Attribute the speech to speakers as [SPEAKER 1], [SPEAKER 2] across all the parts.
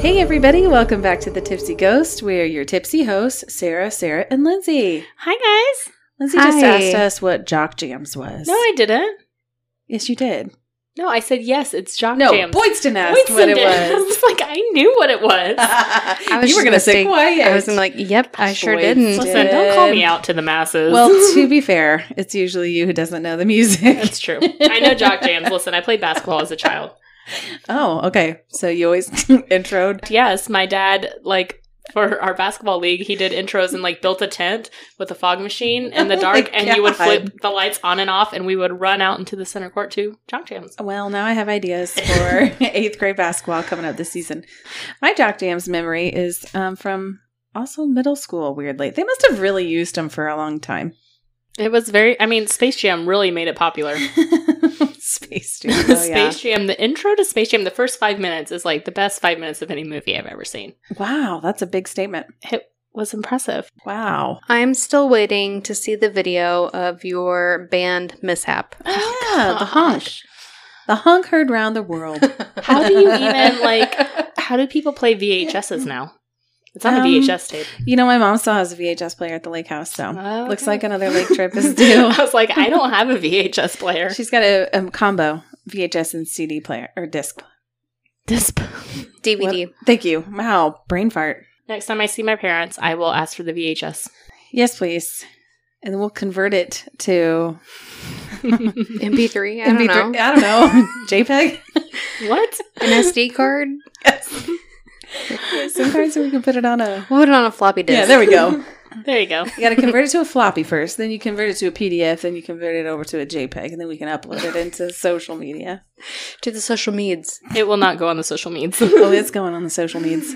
[SPEAKER 1] Hey, everybody, welcome back to the Tipsy Ghost. We're your tipsy hosts, Sarah, Sarah, and Lindsay.
[SPEAKER 2] Hi guys.
[SPEAKER 1] Lindsay just
[SPEAKER 3] Hi.
[SPEAKER 1] asked us what Jock Jams was.
[SPEAKER 2] No, I didn't.
[SPEAKER 1] yes, you did.
[SPEAKER 2] No, I said yes. It's Jock
[SPEAKER 1] No,
[SPEAKER 2] Jams.
[SPEAKER 1] Boydston asked
[SPEAKER 2] Boydston
[SPEAKER 1] what it
[SPEAKER 2] did. I
[SPEAKER 1] was.
[SPEAKER 2] was like, I knew what it was.
[SPEAKER 1] I
[SPEAKER 3] was
[SPEAKER 1] you were
[SPEAKER 3] just
[SPEAKER 1] going to say
[SPEAKER 3] gonna
[SPEAKER 1] quiet.
[SPEAKER 3] I was gonna be like, yep, I sure
[SPEAKER 1] Boy,
[SPEAKER 3] didn't.
[SPEAKER 2] Listen, don't call me out to the masses.
[SPEAKER 1] well, to be fair, it's usually you who doesn't know the music.
[SPEAKER 2] that's true. I know Jock Jams. Listen, I played basketball as a child.
[SPEAKER 1] oh, okay. So you always introed.
[SPEAKER 2] Yes, my dad like. For our basketball league, he did intros and like built a tent with a fog machine in the
[SPEAKER 1] Oh my
[SPEAKER 2] dark, and you would
[SPEAKER 1] God.
[SPEAKER 2] flip the lights on and off, and we would run out into the center court to Jock Jams.
[SPEAKER 1] Well, now I have ideas for eighth grade basketball coming up this season. My Jock Jams memory is um, from also middle school, weirdly. They must have really used them for a long time.
[SPEAKER 2] It was very, I mean, Space Jam really made it popular.
[SPEAKER 1] Space Jam. Oh, yeah.
[SPEAKER 2] Space Jam, the intro to Space Jam, the first five minutes is like the best five minutes of any movie I've ever seen.
[SPEAKER 1] Wow, that's a big statement.
[SPEAKER 2] Was impressive.
[SPEAKER 1] Wow.
[SPEAKER 3] I'm still waiting to see the video of your band mishap.
[SPEAKER 1] yeah, the honk.
[SPEAKER 2] gosh.
[SPEAKER 1] The honk heard round the world.
[SPEAKER 2] How do you even like? How do people play VHSs now? It's on
[SPEAKER 1] Um,
[SPEAKER 2] a VHS tape.
[SPEAKER 1] You know, my mom still has a VHS player at the lake house, so
[SPEAKER 3] Uh,
[SPEAKER 1] looks
[SPEAKER 2] Okay.
[SPEAKER 1] like another lake trip is due.
[SPEAKER 2] oh, I was like, I don't have a VHS player.
[SPEAKER 1] She's got a, a combo VHS and CD player or disc.
[SPEAKER 2] Disp.
[SPEAKER 3] DVD.
[SPEAKER 1] What- Thank you. Wow, brain fart.
[SPEAKER 2] Next time I see my parents, I will ask for the VHS.
[SPEAKER 1] Yes, please. And then we'll convert it to
[SPEAKER 3] MP3. I don't
[SPEAKER 1] MP3
[SPEAKER 3] know.
[SPEAKER 1] I don't know. JPEG.
[SPEAKER 2] what?
[SPEAKER 3] An SD card.
[SPEAKER 1] Yes. Yes, Sometimes we can put it on a.
[SPEAKER 3] We'll put it on a floppy disk.
[SPEAKER 1] Yeah, there we go.
[SPEAKER 2] There you go.
[SPEAKER 1] You got to convert it to a floppy first, then you convert it to a PDF, then you convert it over to a JPEG, and then we can upload it into social media.
[SPEAKER 3] to the social meds.
[SPEAKER 2] It will not go on the social meds.
[SPEAKER 1] Oh, it's going on the social medias.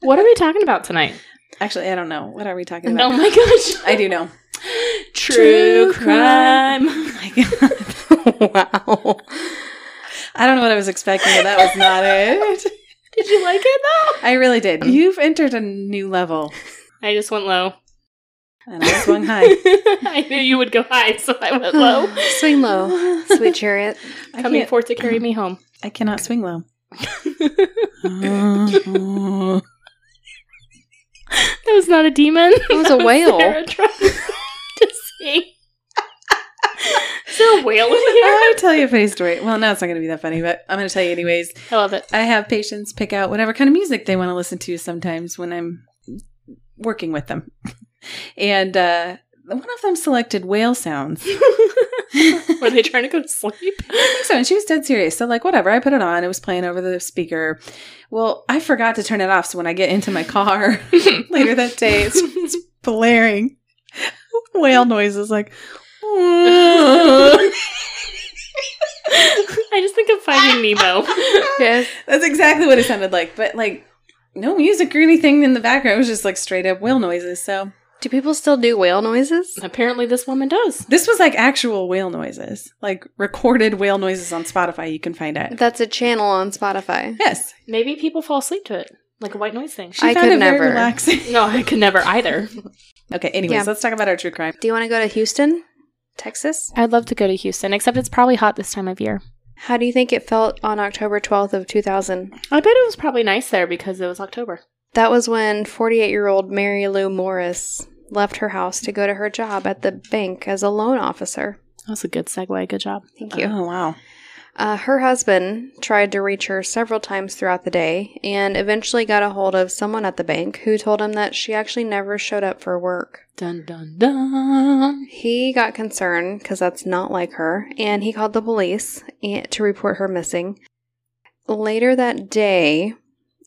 [SPEAKER 2] what are we talking about tonight?
[SPEAKER 1] Actually, I don't know. What are we talking
[SPEAKER 2] Oh
[SPEAKER 1] about?
[SPEAKER 2] my gosh.
[SPEAKER 1] I do know. True
[SPEAKER 2] True
[SPEAKER 1] crime.
[SPEAKER 2] crime.
[SPEAKER 1] My God.
[SPEAKER 3] wow.
[SPEAKER 1] I don't know what I was expecting, but that was not it.
[SPEAKER 2] Did you like it though?
[SPEAKER 1] I really did. You've entered a new level,
[SPEAKER 2] I just went low.
[SPEAKER 1] and I swung high.
[SPEAKER 2] I knew you would go high, so I went low.
[SPEAKER 3] Swing low. Sweet chariot.
[SPEAKER 1] I
[SPEAKER 2] Coming
[SPEAKER 1] can't-
[SPEAKER 2] forth to carry me home.
[SPEAKER 1] I cannot swing Uh-huh. low. that
[SPEAKER 2] That was not a demon. It
[SPEAKER 3] was a whale.
[SPEAKER 2] Sarah trying to sing. Is there a whale in here?
[SPEAKER 1] I'll tell you a funny story. Well, no, it's not going to be that funny, but I'm going to tell you anyways.
[SPEAKER 2] I love it.
[SPEAKER 1] I have patients pick out whatever kind of music they want to listen to sometimes when I'm working with them. And uh, one of them selected whale sounds.
[SPEAKER 2] Were they trying to go to sleep?
[SPEAKER 1] I think so. And she was dead serious. So, like, whatever. I put it on. It was playing over the speaker. Well, I forgot to turn it off. So, when I get into my car later that day, it's, it's blaring whale noises like.
[SPEAKER 2] I just think of Finding Nemo.
[SPEAKER 3] Yes.
[SPEAKER 1] That's exactly what it sounded like. But like no music or anything in the background. It was just like straight up whale noises. So
[SPEAKER 3] Do people still do whale noises?
[SPEAKER 2] Apparently, this woman does.
[SPEAKER 1] this was like actual whale noises. Like recorded whale noises on Spotify. You can find it.
[SPEAKER 3] That's a channel on Spotify.
[SPEAKER 1] Yes.
[SPEAKER 2] Maybe people fall asleep to it, like a white noise thing.
[SPEAKER 1] She
[SPEAKER 3] I
[SPEAKER 1] found
[SPEAKER 3] could
[SPEAKER 1] it very
[SPEAKER 3] never.
[SPEAKER 1] relaxing.
[SPEAKER 2] No, I could never either.
[SPEAKER 1] Okay, anyways,
[SPEAKER 3] Yeah.
[SPEAKER 1] let's talk about our true crime.
[SPEAKER 3] Do you want to go to Houston, Texas?
[SPEAKER 2] I'd love to go to Houston, except it's probably hot this time of year.
[SPEAKER 3] How do you think it felt on October 12th of 2000?
[SPEAKER 2] I bet it was probably nice there because it was October.
[SPEAKER 3] That was when 48 year old Mary Lou Morris left her house to go to her job at the bank as a loan officer.
[SPEAKER 2] That was a good segue. Good job.
[SPEAKER 3] Thank you.
[SPEAKER 1] Oh wow.
[SPEAKER 3] Uh, her husband tried to reach her several times throughout the day and eventually got a hold of someone at the bank who told him that she actually never showed up for work.
[SPEAKER 2] Dun dun dun.
[SPEAKER 3] He got concerned because that's not like her, and he called the police and- to report her missing. Later that day,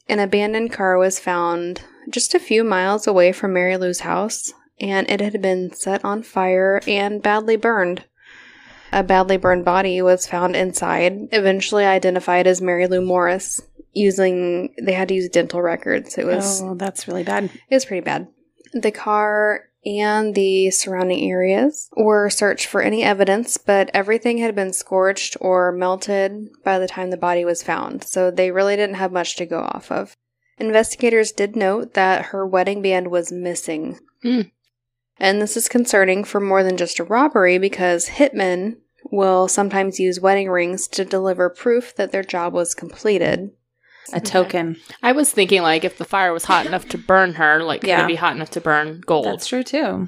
[SPEAKER 3] an abandoned car was found just a few miles away from Mary Lou's house, and it had been set on fire and badly burned. A badly burned body was found inside, eventually identified as Mary Lou Morris. Using, they had to use dental records. It was
[SPEAKER 1] Oh, that's really bad.
[SPEAKER 3] it was pretty bad. The car and the surrounding areas were searched for any evidence, but everything had been scorched or melted by the time the body was found, so they really didn't have much to go off of. Investigators did note that her wedding band was missing.
[SPEAKER 2] Hmm.
[SPEAKER 3] And this is concerning for more than just a robbery because hitmen will sometimes use wedding rings to deliver proof that their job was completed.
[SPEAKER 1] A token.
[SPEAKER 2] I was thinking like if the fire was hot enough to burn her, like could
[SPEAKER 1] Yeah.
[SPEAKER 2] it be hot enough to burn gold?
[SPEAKER 1] That's true too.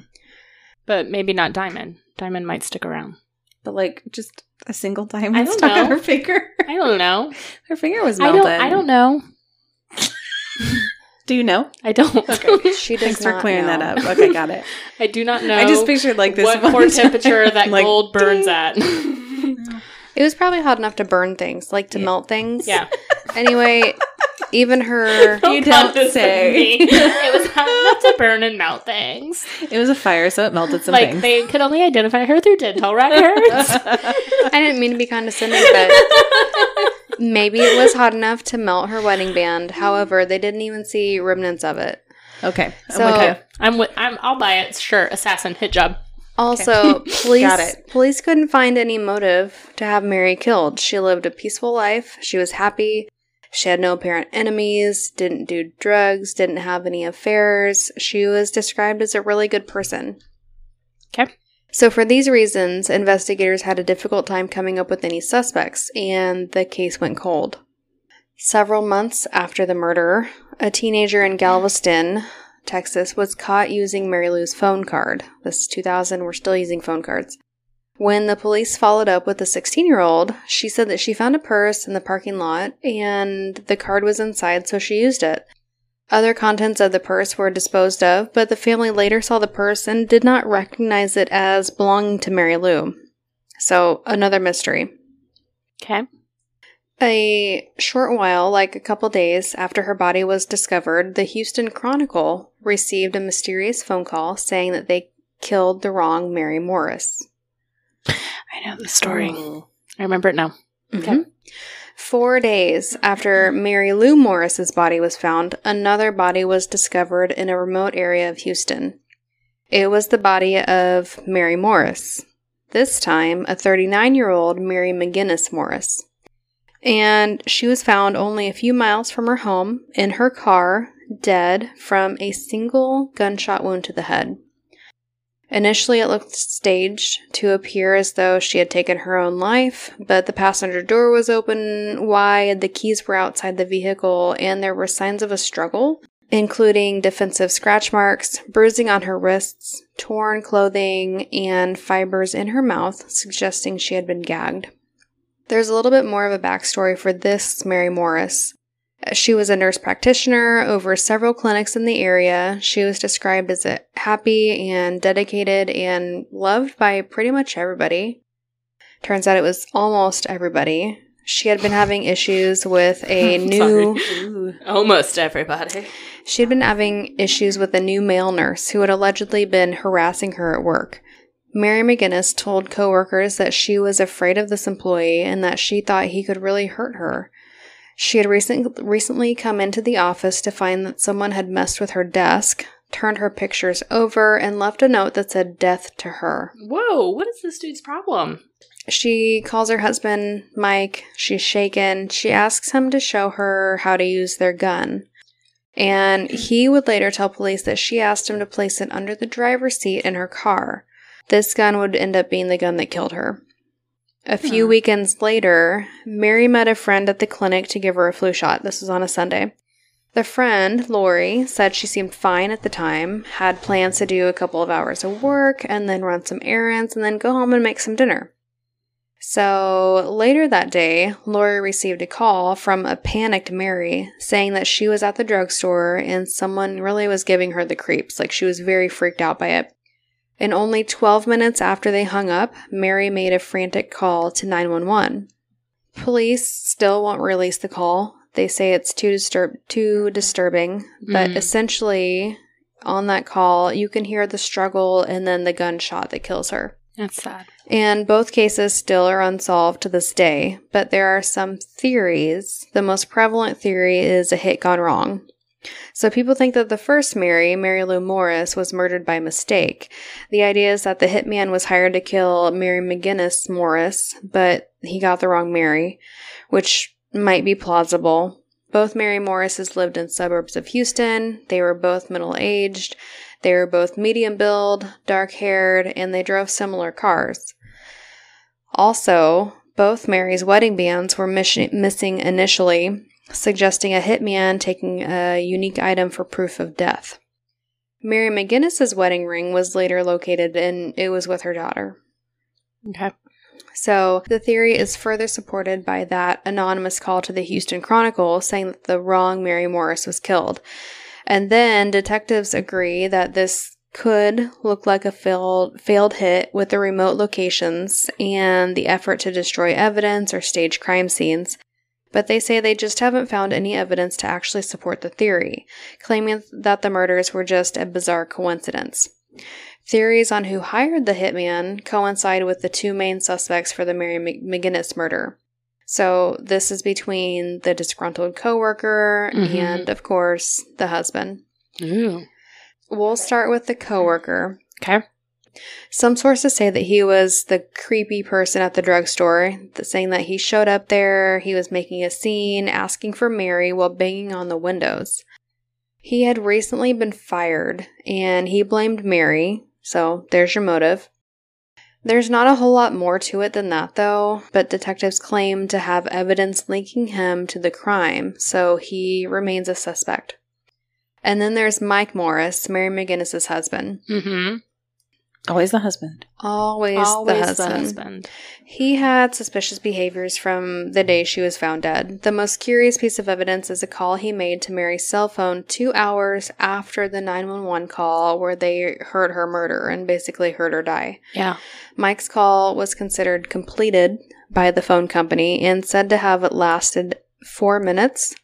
[SPEAKER 2] But maybe not diamond. Diamond might stick around.
[SPEAKER 1] But like just a single diamond
[SPEAKER 2] I don't
[SPEAKER 1] stuck on
[SPEAKER 2] know.
[SPEAKER 1] her finger.
[SPEAKER 2] I don't know.
[SPEAKER 1] her finger was
[SPEAKER 2] I
[SPEAKER 1] melted.
[SPEAKER 2] don't. I don't know.
[SPEAKER 1] Do you know?
[SPEAKER 2] I don't.
[SPEAKER 3] She does
[SPEAKER 1] Thanks for
[SPEAKER 3] not
[SPEAKER 1] clearing
[SPEAKER 3] know.
[SPEAKER 1] that up. Okay, got it.
[SPEAKER 2] I do not know.
[SPEAKER 1] I just pictured like this
[SPEAKER 2] what
[SPEAKER 1] one
[SPEAKER 2] core
[SPEAKER 1] time,
[SPEAKER 2] temperature that
[SPEAKER 1] like,
[SPEAKER 2] gold burns
[SPEAKER 1] ding.
[SPEAKER 2] at.
[SPEAKER 3] It was probably hot enough to burn things, like to
[SPEAKER 1] Yeah.
[SPEAKER 3] melt things.
[SPEAKER 2] yeah.
[SPEAKER 3] Anyway, even her.
[SPEAKER 1] You
[SPEAKER 2] cut
[SPEAKER 1] don't
[SPEAKER 2] this with
[SPEAKER 1] say.
[SPEAKER 2] me. it was hot enough to burn and melt things.
[SPEAKER 1] It was a fire, so it melted some
[SPEAKER 2] like
[SPEAKER 1] things.
[SPEAKER 2] they could only identify her through dental records.
[SPEAKER 3] I didn't mean to be condescending, but maybe it was hot enough to melt her wedding band. However, they didn't even see remnants of it.
[SPEAKER 1] okay. I'm
[SPEAKER 3] So-
[SPEAKER 1] with you.
[SPEAKER 2] I'm with. I'm. I'll buy it. Sure. Assassin hit job.
[SPEAKER 3] Also, police
[SPEAKER 1] Got it.
[SPEAKER 3] police couldn't find any motive to have Mary killed. She lived a peaceful life. She was happy. She had no apparent enemies, didn't do drugs, didn't have any affairs. She was described as a really good person.
[SPEAKER 2] Okay.
[SPEAKER 3] So for these reasons, investigators had a difficult time coming up with any suspects and the case went cold. Several months after the murder, a teenager in Galveston, Texas, was caught using Mary Lou's phone card. This is 2000, we're still using phone cards. When the police followed up with the 16 year old, she said that she found a purse in the parking lot and the card was inside, so she used it. Other contents of the purse were disposed of, but the family later saw the purse and did not recognize it as belonging to Mary Lou. So, another mystery.
[SPEAKER 2] Okay.
[SPEAKER 3] A short while, like a couple days after her body was discovered, the Houston Chronicle received a mysterious phone call saying that they killed the wrong Mary Morris.
[SPEAKER 2] I know the story. I remember it now.
[SPEAKER 3] Mhm. Four days after Mary Lou Morris's body was found, another body was discovered in a remote area of Houston. It was the body of Mary Morris, this time a 39 year old Mary McGinnis Morris. And she was found only a few miles from her home in her car, dead from a single gunshot wound to the head. Initially, it looked staged to appear as though she had taken her own life, but the passenger door was open wide, the keys were outside the vehicle, and there were signs of a struggle, including defensive scratch marks, bruising on her wrists, torn clothing, and fibers in her mouth, suggesting she had been gagged. There's a little bit more of a backstory for this Mary Morris. She was a nurse practitioner over several clinics in the area. She was described as a happy and dedicated and loved by pretty much everybody. Turns out it was almost everybody. She had been having issues with a
[SPEAKER 2] I'm
[SPEAKER 3] new
[SPEAKER 1] Ooh.
[SPEAKER 2] Almost everybody.
[SPEAKER 3] she had been having issues with a new male nurse who had allegedly been harassing her at work. Mary McGinnis told coworkers that she was afraid of this employee and that she thought he could really hurt her. She had recent, recently come into the office to find that someone had messed with her desk, turned her pictures over, and left a note that said death to her.
[SPEAKER 2] Whoa! What is this dude's problem?
[SPEAKER 3] She calls her husband, Mike. She's shaken. She asks him to show her how to use their gun. And he would later tell police that she asked him to place it under the driver's seat in her car. This gun would end up being the gun that killed her. A few
[SPEAKER 1] Hmm.
[SPEAKER 3] weekends later, Mary met a friend at the clinic to give her a flu shot. This was on a Sunday. The friend, Lori, said she seemed fine at the time, had plans to do a couple of hours of work and then run some errands and then go home and make some dinner. So later that day, Lori received a call from a panicked Mary saying that she was at the drugstore and someone really was giving her the creeps. Like she was very freaked out by it. And only 12 minutes after they hung up, Mary made a frantic call to 911. Police still won't release the call. They say it's too disturb too disturbing, but
[SPEAKER 2] Mm.
[SPEAKER 3] essentially on that call, you can hear the struggle and then the gunshot that kills her.
[SPEAKER 2] That's sad.
[SPEAKER 3] And both cases still are unsolved to this day, but there are some theories. The most prevalent theory is a hit gone wrong. So people think that the first Mary, Mary Lou Morris, was murdered by mistake. The idea is that the hitman was hired to kill Mary McGinnis Morris, but he got the wrong Mary, which might be plausible. Both Mary Morrises lived in suburbs of Houston. They were both middle aged. They were both medium build, dark haired, and they drove similar cars. Also, both Mary's wedding bands were miss- missing initially, suggesting a hitman taking a unique item for proof of death. Mary McGinnis's wedding ring was later located and it was with her daughter.
[SPEAKER 2] Okay.
[SPEAKER 3] So the theory is further supported by that anonymous call to the Houston Chronicle saying that the wrong Mary Morris was killed. And then detectives agree that this could look like a failed, failed hit with the remote locations and the effort to destroy evidence or stage crime scenes. But they say they just haven't found any evidence to actually support the theory, claiming that the murders were just a bizarre coincidence. Theories on who hired the hitman coincide with the two main suspects for the Mary Mc- McGinnis murder. So this is between the disgruntled coworker
[SPEAKER 2] Mhm.
[SPEAKER 3] and, of course, the husband.
[SPEAKER 2] Ooh.
[SPEAKER 3] We'll start with the coworker.
[SPEAKER 2] Okay.
[SPEAKER 3] Some sources say that he was the creepy person at the drugstore, th- saying that he showed up there, he was making a scene, asking for Mary while banging on the windows. He had recently been fired, and he blamed Mary, so there's your motive. There's not a whole lot more to it than that, though, but detectives claim to have evidence linking him to the crime, so he remains a suspect. And then there's Mike Morris, Mary McGinnis's husband.
[SPEAKER 2] Mm-hmm.
[SPEAKER 1] Always the husband.
[SPEAKER 3] Always,
[SPEAKER 2] Always
[SPEAKER 3] the husband. He had suspicious behaviors from the day she was found dead. The most curious piece of evidence is a call he made to Mary's cell phone two hours after the 911 call where they heard her murder and basically heard her die.
[SPEAKER 2] Yeah.
[SPEAKER 3] Mike's call was considered completed by the phone company and said to have lasted four minutes,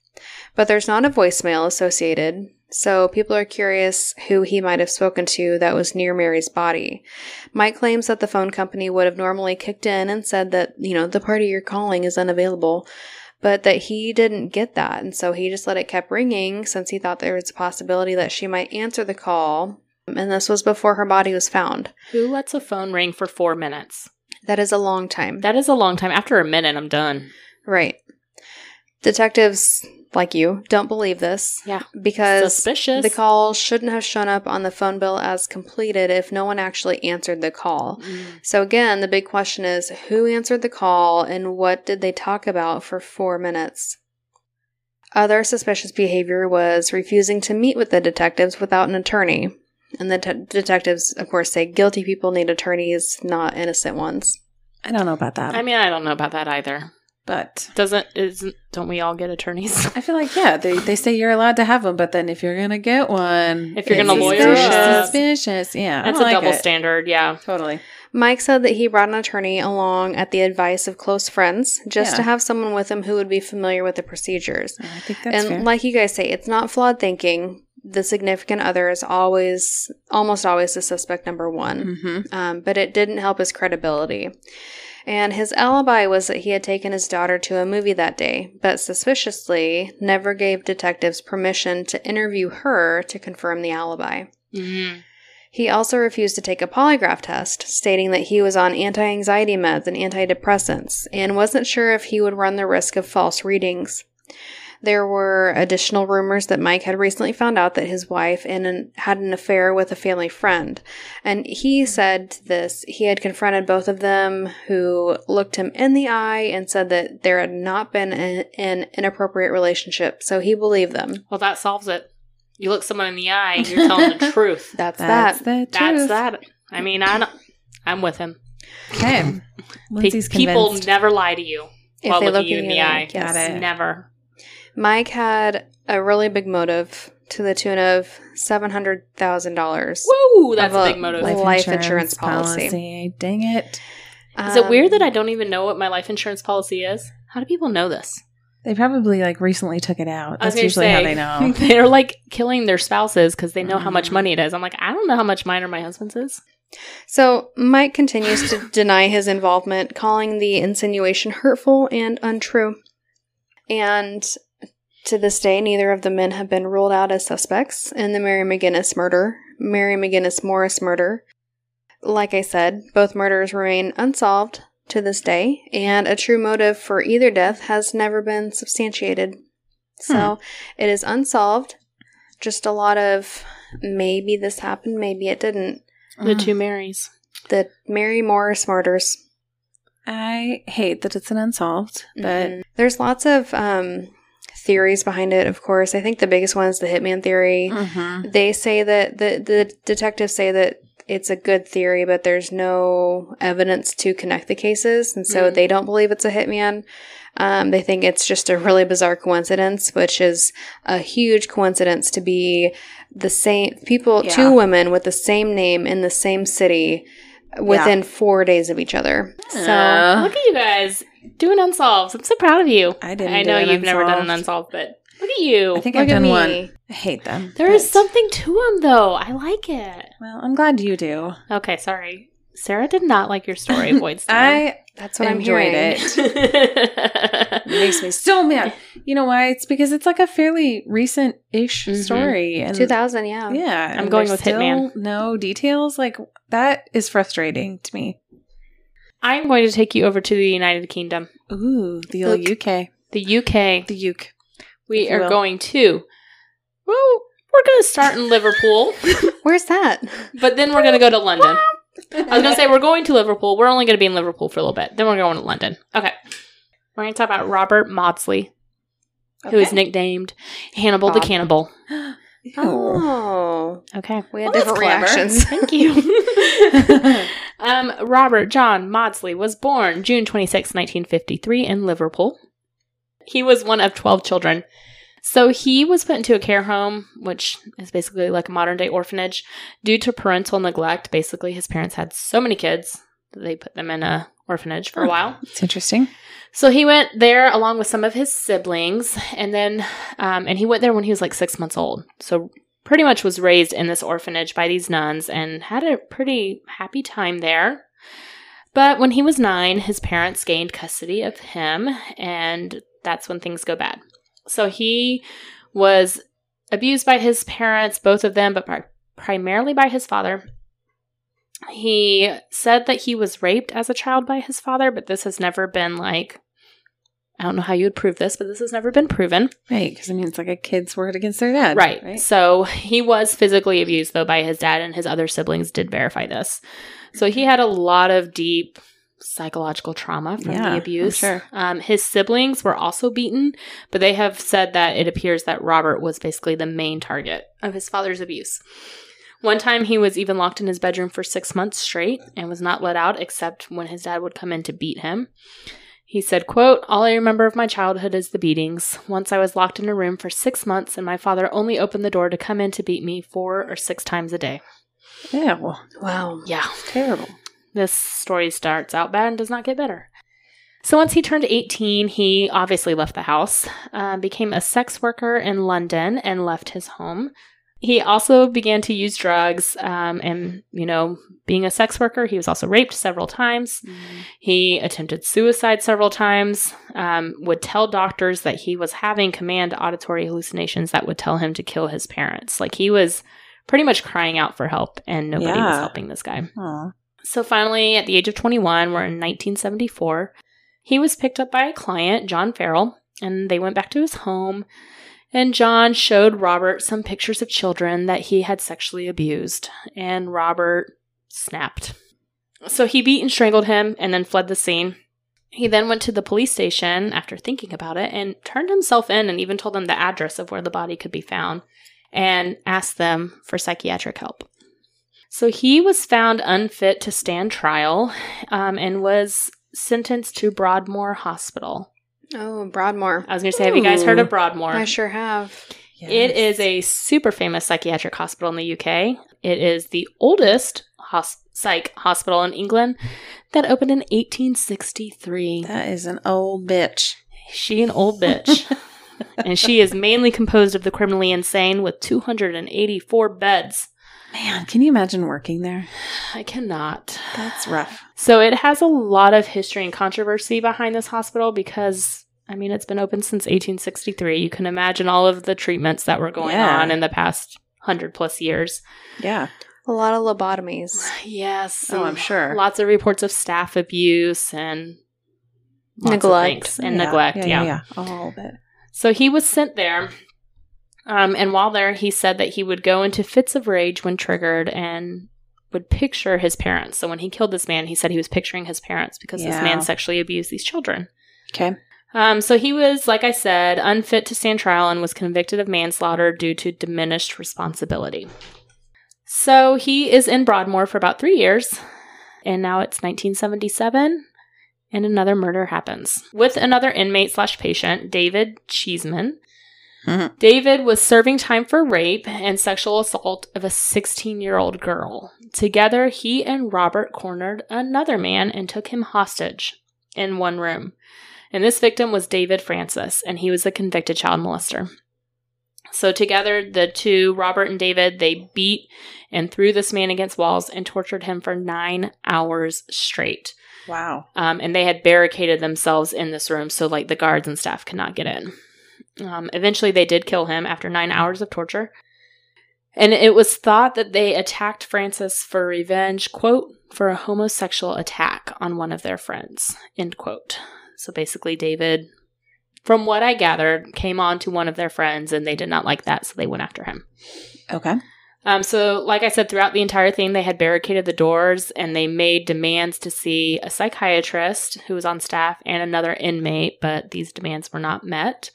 [SPEAKER 3] but there's not a voicemail associated. So people are curious who he might have spoken to that was near Mary's body. Mike claims that the phone company would have normally kicked in and said that, you know, the party you're calling is unavailable, but that he didn't get that. And so he just let it kept ringing since he thought there was a possibility that she might answer the call. And this was before her body was found.
[SPEAKER 2] Who lets a phone ring for four minutes?
[SPEAKER 3] That is a long time.
[SPEAKER 2] That is a long time. After a minute, I'm done.
[SPEAKER 3] Right. Detectives like you don't believe this.
[SPEAKER 2] Yeah.
[SPEAKER 3] Because
[SPEAKER 2] Suspicious.
[SPEAKER 3] the call shouldn't have shown up on the phone bill as completed if no one actually answered the call.
[SPEAKER 2] Mm.
[SPEAKER 3] So again, the big question is who answered the call and what did they talk about for 4 minutes? Other suspicious behavior was refusing to meet with the detectives without an attorney. And the te- detectives, of course, say guilty people need attorneys, not innocent ones.
[SPEAKER 1] I don't know about that.
[SPEAKER 2] I mean, I don't know about that either.
[SPEAKER 1] but
[SPEAKER 2] Doesn't isn't don't we all get attorneys?
[SPEAKER 1] I feel like yeah, they, they say you're allowed to have one, but then if you're gonna get one,
[SPEAKER 2] If you're
[SPEAKER 1] it's
[SPEAKER 2] gonna lawyer
[SPEAKER 1] suspicious,
[SPEAKER 2] up.
[SPEAKER 1] suspicious. Yeah, I
[SPEAKER 2] That's a
[SPEAKER 1] don't like
[SPEAKER 2] double
[SPEAKER 1] it.
[SPEAKER 2] standard. Yeah.
[SPEAKER 1] Totally.
[SPEAKER 3] Mike said that he brought an attorney along at the advice of close friends just
[SPEAKER 1] Yeah.
[SPEAKER 3] to have someone with him who would be familiar with the procedures.
[SPEAKER 1] I think that's
[SPEAKER 3] and
[SPEAKER 1] fair.
[SPEAKER 3] like you guys say, it's not flawed thinking. The significant other is always, almost always, the suspect number one
[SPEAKER 2] Mm-hmm.
[SPEAKER 1] hmm
[SPEAKER 3] um, but it didn't help his credibility. And his alibi was that he had taken his daughter to a movie that day, but suspiciously never gave detectives permission to interview her to confirm the alibi.
[SPEAKER 2] Mm.
[SPEAKER 3] He also refused to take a polygraph test, stating that he was on anti anxiety meds and antidepressants and wasn't sure if he would run the risk of false readings. There were additional rumors that Mike had recently found out that his wife in an, had an affair with a family friend. And he said to this he had confronted both of them, who looked him in the eye and said that there had not been an, an inappropriate relationship. So he believed them.
[SPEAKER 2] Well, that solves it. You look someone in the eye, and you're telling the truth.
[SPEAKER 3] That's,
[SPEAKER 1] That's
[SPEAKER 3] that.
[SPEAKER 1] the truth.
[SPEAKER 2] That's that. I mean, I don't, I'm with him.
[SPEAKER 1] Okay.
[SPEAKER 2] Pe-
[SPEAKER 1] Lindsay's
[SPEAKER 2] people
[SPEAKER 1] convinced.
[SPEAKER 2] never lie to you. While looking you in the eye.
[SPEAKER 1] Got it. Yeah.
[SPEAKER 2] Never.
[SPEAKER 3] Mike had a really big motive to the tune of seven hundred thousand dollars.
[SPEAKER 2] Woo! That's
[SPEAKER 3] Of
[SPEAKER 2] a
[SPEAKER 3] a
[SPEAKER 2] big motive.
[SPEAKER 3] life insurance
[SPEAKER 1] Dang it.
[SPEAKER 2] Is it weird that I don't even know what my life insurance policy is? How do people know this?
[SPEAKER 1] They probably like recently took it out. That's usually how they know. Mm.
[SPEAKER 2] They're like killing their spouses because they know how much money it is. I'm like, I don't know how much mine or my husband's is.
[SPEAKER 3] So Mike continues to deny his involvement, calling the insinuation hurtful and untrue. And to this day, neither of the men have been ruled out as suspects in the Mary McGinnis murder, Mary McGinnis Morris murder. Like I said, both murders remain unsolved to this day, and a true motive for either death has never been substantiated. So it is unsolved. Just a lot of maybe this happened, maybe it didn't
[SPEAKER 2] The
[SPEAKER 1] Mm. Uh-huh.
[SPEAKER 2] two Marys.
[SPEAKER 3] the Mary Morris murders.
[SPEAKER 1] I hate that it's an unsolved, but
[SPEAKER 3] But there's lots of um, theories behind it, of course. I think the biggest one is the hitman theory.
[SPEAKER 1] Mm-hmm.
[SPEAKER 3] They say that the, the detectives say that it's a good theory, but there's no evidence to connect the cases. And so
[SPEAKER 1] Mm-hmm.
[SPEAKER 2] Mm.
[SPEAKER 3] they don't believe it's a hitman. Um, they think it's just a really bizarre coincidence, which is a huge coincidence to be the same people,
[SPEAKER 1] Yeah.
[SPEAKER 3] two women with the same name in the same city within four days of each other. So.
[SPEAKER 2] Look at you guys doing unsolved. I'm so proud of you.
[SPEAKER 1] Uh. I didn't.
[SPEAKER 2] I
[SPEAKER 1] do
[SPEAKER 2] know
[SPEAKER 1] an
[SPEAKER 2] you've never done an
[SPEAKER 1] unsolved.
[SPEAKER 2] unsolved, but look at you.
[SPEAKER 1] I think
[SPEAKER 3] Look
[SPEAKER 1] I've
[SPEAKER 3] at
[SPEAKER 1] done
[SPEAKER 3] me.
[SPEAKER 1] one. I hate them.
[SPEAKER 2] there is
[SPEAKER 1] but-
[SPEAKER 2] something to them, though. I like it.
[SPEAKER 1] Well, I'm glad you do.
[SPEAKER 2] Okay, sorry. Sarah did not like your story. Void
[SPEAKER 1] I
[SPEAKER 3] That's what
[SPEAKER 1] enjoyed
[SPEAKER 3] I'm hearing.
[SPEAKER 1] it. It makes me so mad. You know why? It's because it's like a fairly recent-ish
[SPEAKER 2] Mhm.
[SPEAKER 1] story. And
[SPEAKER 3] 2000, yeah.
[SPEAKER 1] Yeah, and
[SPEAKER 2] going
[SPEAKER 1] there's
[SPEAKER 2] with Hitman.
[SPEAKER 1] still No details. Like that is frustrating to me.
[SPEAKER 2] I'm going to take you over to the United Kingdom,
[SPEAKER 1] Ooh, the old
[SPEAKER 3] Ook.
[SPEAKER 1] UK,
[SPEAKER 2] the UK.
[SPEAKER 1] the uke.
[SPEAKER 2] We
[SPEAKER 1] if you
[SPEAKER 2] are
[SPEAKER 1] will.
[SPEAKER 2] going to. Well, we're going to start in Liverpool,
[SPEAKER 3] Where's that?
[SPEAKER 2] but then we're going to go to London. I was going to say we're going to Liverpool. We're only going to be in Liverpool for a little bit. Then we're going to London. Okay. We're going to talk about Robert Maudsley, who is nicknamed Hannibal the
[SPEAKER 3] Bob.
[SPEAKER 2] Cannibal.
[SPEAKER 1] Oh.
[SPEAKER 3] Oh.
[SPEAKER 2] Okay.
[SPEAKER 3] We
[SPEAKER 1] Well,
[SPEAKER 3] had
[SPEAKER 1] that's
[SPEAKER 3] different
[SPEAKER 1] clever.
[SPEAKER 3] reactions.
[SPEAKER 2] Thank you. Um, Robert John Maudsley was born June 26, 1953, in Liverpool. He was one of 12 children. So he was put into a care home, which is basically like a modern day orphanage, due to parental neglect. Basically, his parents had so many kids that they put them in a orphanage for a
[SPEAKER 1] Huh.
[SPEAKER 2] while.
[SPEAKER 1] It's interesting.
[SPEAKER 2] So he went there along with some of his siblings, and then, um, and he went there when he was like six months old. So pretty much was raised in this orphanage by these nuns and had a pretty happy time there. But when he was nine, his parents gained custody of him, and that's when things go bad. So he was abused by his parents, both of them, but pri- primarily by his father. He said that he was raped as a child by his father, but this has never been like I don't know how you would prove this, but this has never been proven.
[SPEAKER 1] Right, because I mean, it's like a kid's word against their dad.
[SPEAKER 2] Right. So he was physically abused though by his dad and his other siblings did verify this. So he had a lot of deep psychological trauma from
[SPEAKER 1] Yeah,
[SPEAKER 2] the
[SPEAKER 1] I'm
[SPEAKER 2] abuse.
[SPEAKER 1] sure.
[SPEAKER 2] Um, his siblings were also beaten, but they have said that it appears that Robert was basically the main target of his father's abuse. One time he was even locked in his bedroom for six months straight and was not let out except when his dad would come in to beat him. He said, quote, All I remember of my childhood is the beatings. Once I was locked in a room for six months and my father only opened the door to come in to beat me four or six times a day.
[SPEAKER 1] Yeah. Well,
[SPEAKER 3] Wow.
[SPEAKER 2] Yeah.
[SPEAKER 1] terrible.
[SPEAKER 2] This story starts out bad and does not get better. So once he turned 18, he obviously left the house, um, became a sex worker in London, and left his home. He also began to use drugs, um, and you know, being a sex worker, he was also raped several times. He attempted suicide several times. Um, would tell doctors that he was having command auditory hallucinations that would tell him to kill his parents. Like he was pretty much crying out for help, and nobody was
[SPEAKER 1] Yeah.
[SPEAKER 2] helping this guy.
[SPEAKER 1] Aw.
[SPEAKER 2] So finally, at the age of 21, we're in 1974, he was picked up by a client, John Farrell, and they went back to his home. And John showed Robert some pictures of children that he had sexually abused, and Robert snapped. So he beat and strangled him and then fled the scene. He then went to the police station after thinking about it and turned himself in and even told them the address of where the body could be found and asked them for psychiatric help. So he was found unfit to stand trial um, and was sentenced to Broadmoor Hospital.
[SPEAKER 3] Oh, Broadmoor.
[SPEAKER 2] I was going to say, have you guys heard of Broadmoor?
[SPEAKER 3] I sure have.
[SPEAKER 2] It is a super famous psychiatric hospital in the UK. It is the oldest hos- psych hospital in England that opened in 1863.
[SPEAKER 1] That is an old bitch.
[SPEAKER 2] She an old bitch. and she is mainly composed of the criminally insane with 284 beds.
[SPEAKER 1] Man, can you imagine working there?
[SPEAKER 2] I cannot.
[SPEAKER 1] That's rough.
[SPEAKER 2] So it has a lot of history and controversy behind this hospital because I mean it's been open since 1863. You can imagine all of the treatments that were going
[SPEAKER 1] Yeah.
[SPEAKER 2] on in the past 100 plus years.
[SPEAKER 1] Yeah.
[SPEAKER 3] A lot of lobotomies.
[SPEAKER 2] Yes.
[SPEAKER 1] Oh, I'm sure.
[SPEAKER 2] Lots of reports of staff abuse and lots of
[SPEAKER 3] Neglect.
[SPEAKER 2] things and
[SPEAKER 1] Yeah.
[SPEAKER 2] neglect, yeah.
[SPEAKER 1] yeah. All of it.
[SPEAKER 2] So he was sent there. Um, and while there, he said that he would go into fits of rage when triggered and would picture his parents. So when he killed this man, he said he was picturing his parents because this
[SPEAKER 1] Yeah.
[SPEAKER 2] man sexually abused these children.
[SPEAKER 1] Okay.
[SPEAKER 2] Um, so he was, like I said, unfit to stand trial and was convicted of manslaughter due to diminished responsibility. So he is in Broadmoor for about three years, and now it's 1977, and another murder happens with another inmate slash patient, David Cheeseman.
[SPEAKER 1] Mhm.
[SPEAKER 2] David was serving time for rape and sexual assault of a 16 year old girl. Together, he and Robert cornered another man and took him hostage in one room. And this victim was David Francis, and he was a convicted child molester. So together, the two, Robert and David, they beat and threw this man against walls and tortured him for nine hours straight.
[SPEAKER 1] Wow.
[SPEAKER 2] Um, and they had barricaded themselves in this room so like the guards and staff could not get in. Um, eventually, they did kill him after nine hours of torture. And it was thought that they attacked Francis for revenge, quote, for a homosexual attack on one of their friends, end quote. So basically, David, from what I gathered, came on to one of their friends and they did not like that, so they went after him.
[SPEAKER 1] Okay.
[SPEAKER 2] Um, so, like I said, throughout the entire thing, they had barricaded the doors and they made demands to see a psychiatrist who was on staff and another inmate, but these demands were not met.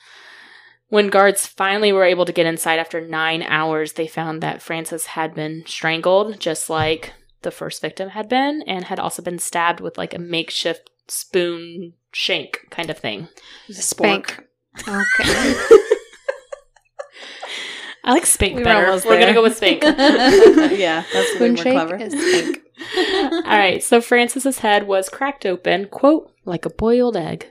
[SPEAKER 2] When guards finally were able to get inside after nine hours, they found that Francis had been strangled, just like the first victim had been, and had also been stabbed with like a makeshift spoon shank kind of thing.
[SPEAKER 3] Spank. Okay.
[SPEAKER 2] I like spank
[SPEAKER 1] We were
[SPEAKER 2] better.
[SPEAKER 1] almost
[SPEAKER 2] We're
[SPEAKER 1] there.
[SPEAKER 2] going to go with spank.
[SPEAKER 1] yeah, that's when
[SPEAKER 3] Spoon
[SPEAKER 1] we're
[SPEAKER 3] shake
[SPEAKER 1] clever.
[SPEAKER 3] is spank.
[SPEAKER 2] All right, so Francis's head was cracked open, quote, like a boiled egg.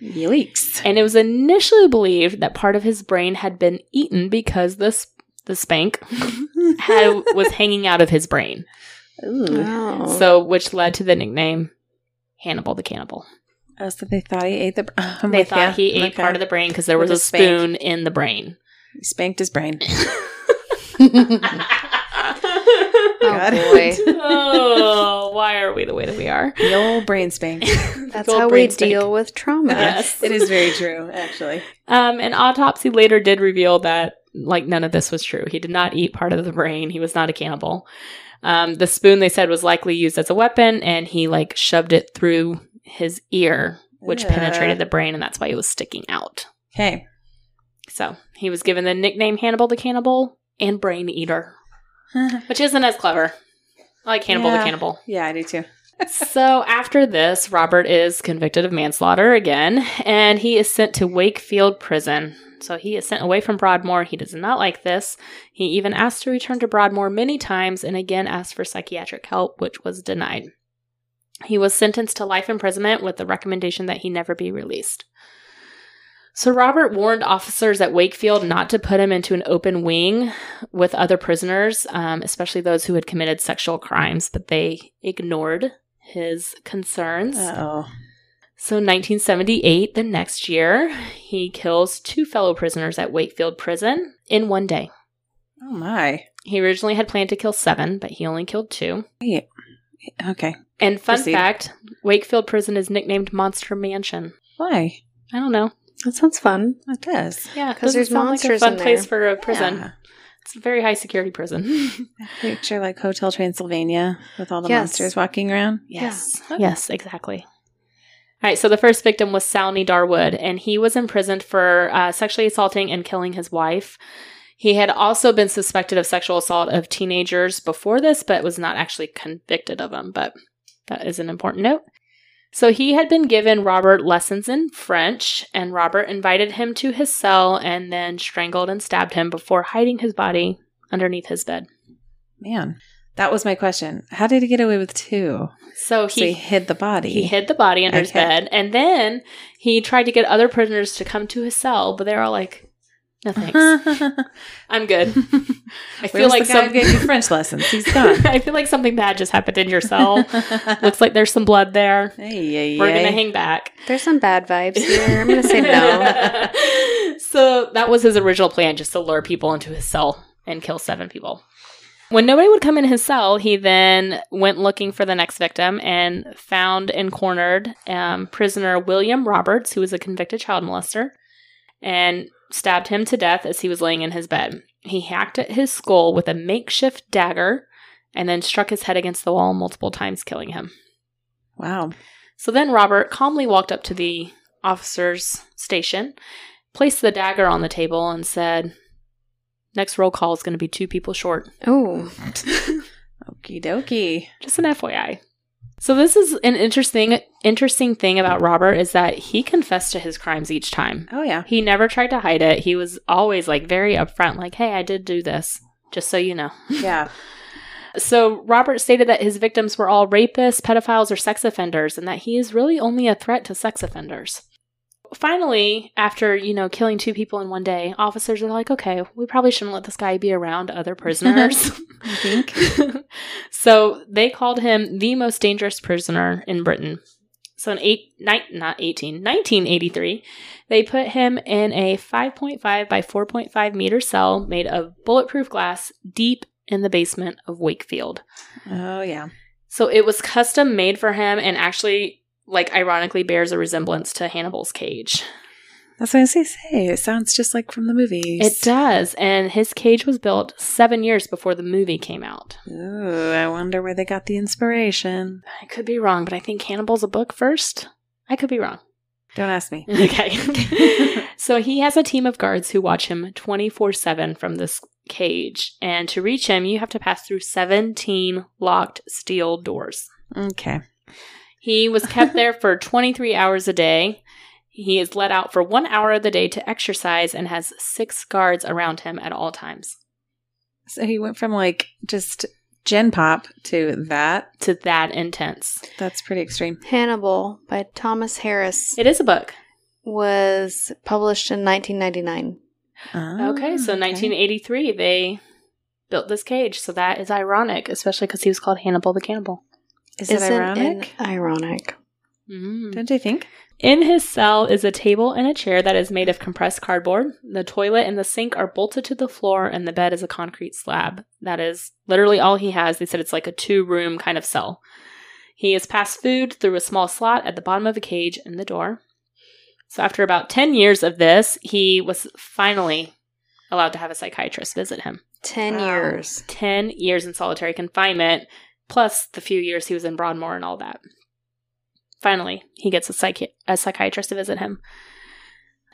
[SPEAKER 1] Yikes.
[SPEAKER 2] And it was initially believed that part of his brain had been eaten because this the spank had was hanging out of his brain.
[SPEAKER 1] Ooh.
[SPEAKER 3] Oh.
[SPEAKER 2] So which led to the nickname Hannibal the Cannibal.
[SPEAKER 1] Oh, so they thought he ate the. I'm
[SPEAKER 2] they
[SPEAKER 1] with
[SPEAKER 2] thought
[SPEAKER 1] ya.
[SPEAKER 2] he ate
[SPEAKER 1] Oh Okay.
[SPEAKER 2] part of the brain because there was
[SPEAKER 1] With
[SPEAKER 2] a
[SPEAKER 1] a spank.
[SPEAKER 2] spoon in the brain.
[SPEAKER 1] He spanked his brain.
[SPEAKER 2] oh,
[SPEAKER 1] Got
[SPEAKER 3] oh boy.
[SPEAKER 1] it.
[SPEAKER 2] why are we the way that we are?
[SPEAKER 1] The old brain spank.
[SPEAKER 3] That's
[SPEAKER 2] Gold
[SPEAKER 3] how we
[SPEAKER 2] brain spank.
[SPEAKER 3] deal with trauma.
[SPEAKER 2] Yes.
[SPEAKER 1] It is very true, actually.
[SPEAKER 2] Um, an autopsy later did reveal that like none of this was true. He did not eat part of the brain. He was not a cannibal. Um, the spoon they said was likely used as a weapon, and he like shoved it through his ear, which
[SPEAKER 1] Ugh.
[SPEAKER 2] penetrated the brain, and that's why it was sticking out.
[SPEAKER 1] Okay.
[SPEAKER 2] So he was given the nickname Hannibal the Cannibal and Brain Eater, which isn't as clever. I like Hannibal the
[SPEAKER 1] Yeah.
[SPEAKER 2] Cannibal
[SPEAKER 1] yeah, I do too.
[SPEAKER 2] so after this, Robert is convicted of manslaughter again, and he is sent to Wakefield Prison. So he is sent away from Broadmoor. He does not like this. He even asked to return to Broadmoor many times and again asked for psychiatric help, which was denied. He was sentenced to life imprisonment with the recommendation that he never be released. So Robert warned officers at Wakefield not to put him into an open wing with other prisoners, um, especially those who had committed sexual crimes, but they ignored his concerns.
[SPEAKER 1] Uh oh.
[SPEAKER 2] So, 1978, the next year, he kills two fellow prisoners at Wakefield Prison in one day.
[SPEAKER 1] Oh my.
[SPEAKER 2] He originally had planned to kill seven, but he only killed two.
[SPEAKER 1] Okay.
[SPEAKER 2] And fun
[SPEAKER 1] Proceed.
[SPEAKER 2] fact Wakefield Prison is nicknamed Monster Mansion.
[SPEAKER 1] Why?
[SPEAKER 2] I don't know.
[SPEAKER 3] That sounds fun.
[SPEAKER 1] It does.
[SPEAKER 2] Yeah,
[SPEAKER 3] 'Cause
[SPEAKER 2] doesn't
[SPEAKER 3] there's
[SPEAKER 2] sound
[SPEAKER 3] monsters
[SPEAKER 2] like a
[SPEAKER 3] in
[SPEAKER 2] fun place
[SPEAKER 3] there.
[SPEAKER 2] for a prison.
[SPEAKER 1] Yeah.
[SPEAKER 2] It's a very high security prison.
[SPEAKER 1] Picture like Hotel Transylvania with all the
[SPEAKER 3] Yes.
[SPEAKER 1] monsters walking around.
[SPEAKER 2] Yes. Yes, exactly. All right, so the first victim was Salney Darwood, and he was imprisoned for uh, sexually assaulting and killing his wife. He had also been suspected of sexual assault of teenagers before this, but was not actually convicted of them. But that is an important note. So he had been given Robert lessons in French, and Robert invited him to his cell and then strangled and stabbed him before hiding his body underneath his bed.
[SPEAKER 1] Man, that was my question. How did he get away with two?
[SPEAKER 2] So
[SPEAKER 1] So he hid the body.
[SPEAKER 2] He hid the body under his
[SPEAKER 1] Okay.
[SPEAKER 2] bed, and then he tried to get other prisoners to come to his cell, but they're all like, "No
[SPEAKER 1] Uh-huh.
[SPEAKER 2] thanks, I'm good." I feel
[SPEAKER 1] Where's
[SPEAKER 2] like
[SPEAKER 1] the guy
[SPEAKER 2] some.
[SPEAKER 1] who gave you French lessons. He's gone.
[SPEAKER 2] I feel like something bad just happened in your cell. Looks like there's some blood there.
[SPEAKER 1] Hey, yay,
[SPEAKER 2] We're gonna
[SPEAKER 1] yay.
[SPEAKER 2] hang back.
[SPEAKER 3] There's some bad vibes here. I'm going to say no.
[SPEAKER 2] so that was his original plan, just to lure people into his cell and kill seven people. When nobody would come in his cell, he then went looking for the next victim and found and cornered um, prisoner William Roberts, who was a convicted child molester, and stabbed him to death as he was laying in his bed. He hacked at his skull with a makeshift dagger and then struck his head against the wall multiple times, killing him.
[SPEAKER 1] Wow.
[SPEAKER 2] So then Robert calmly walked up to the officer's station, placed the dagger on the table, and said, Next roll call is going to be two people short.
[SPEAKER 3] Oh,
[SPEAKER 1] Okie dokie.
[SPEAKER 2] Just an FYI. So this is an interesting interesting thing about Robert is that he confessed to his crimes each time.
[SPEAKER 1] Oh, yeah.
[SPEAKER 2] He never tried to hide it. He was always like very upfront like, "Hey, I did do this." Just so you know.
[SPEAKER 1] Yeah.
[SPEAKER 2] So Robert stated that his victims were all rapists, pedophiles, or sex offenders, and that he is really only a threat to sex offenders. Finally, after, you know, killing two people in one day, officers are like, okay, we probably shouldn't let this guy be around other prisoners.
[SPEAKER 1] I think.
[SPEAKER 2] so they called him the most dangerous prisoner in Britain. So in eight, nine, not 18, 1983, they put him in a 5.5 by 4.5 meter cell made of bulletproof glass deep in the basement of Wakefield.
[SPEAKER 1] Oh, yeah.
[SPEAKER 2] So it was custom made for him and actually, like, ironically bears a resemblance to Hannibal's cage.
[SPEAKER 1] That's what I was gonna say. It sounds just like from the movies.
[SPEAKER 2] It does. And his cage was built seven years before the movie came out.
[SPEAKER 1] Ooh, I wonder where they got the inspiration.
[SPEAKER 2] I could be wrong, but I think Hannibal's a book first. I could be wrong.
[SPEAKER 1] Don't ask me.
[SPEAKER 2] Okay. so he has a team of guards who watch him 24 7 from this cage. And to reach him, you have to pass through 17 locked steel doors.
[SPEAKER 1] Okay.
[SPEAKER 2] He was kept there for 23 hours a day. He is let out for one hour of the day to exercise and has six guards around him at all times.
[SPEAKER 1] So he went from like just gen pop to that.
[SPEAKER 2] To that intense.
[SPEAKER 1] That's pretty extreme.
[SPEAKER 3] Hannibal by Thomas Harris
[SPEAKER 2] It is a book.
[SPEAKER 3] was published in 1999.
[SPEAKER 1] Oh,
[SPEAKER 2] Okay, so 1983, they built this cage. So that is ironic, especially because he was called Hannibal the Cannibal.
[SPEAKER 1] Is it
[SPEAKER 3] Isn't it
[SPEAKER 1] ironic?
[SPEAKER 3] ironic.
[SPEAKER 2] Mm-hmm.
[SPEAKER 1] Don't you think?
[SPEAKER 2] In his cell is a table and a chair that is made of compressed cardboard. The toilet and the sink are bolted to the floor, and the bed is a concrete slab. That is literally all he has. They said it's like a two room kind of cell. He is passed food through a small slot at the bottom of a cage in the door. So, after about 10 years of this, he was finally allowed to have a psychiatrist visit him.
[SPEAKER 3] Ten
[SPEAKER 1] Wow.
[SPEAKER 3] years.
[SPEAKER 2] 10 years in solitary confinement, plus the few years he was in Broadmoor and all that. Finally, he gets a, psychi- a psychiatrist to visit him.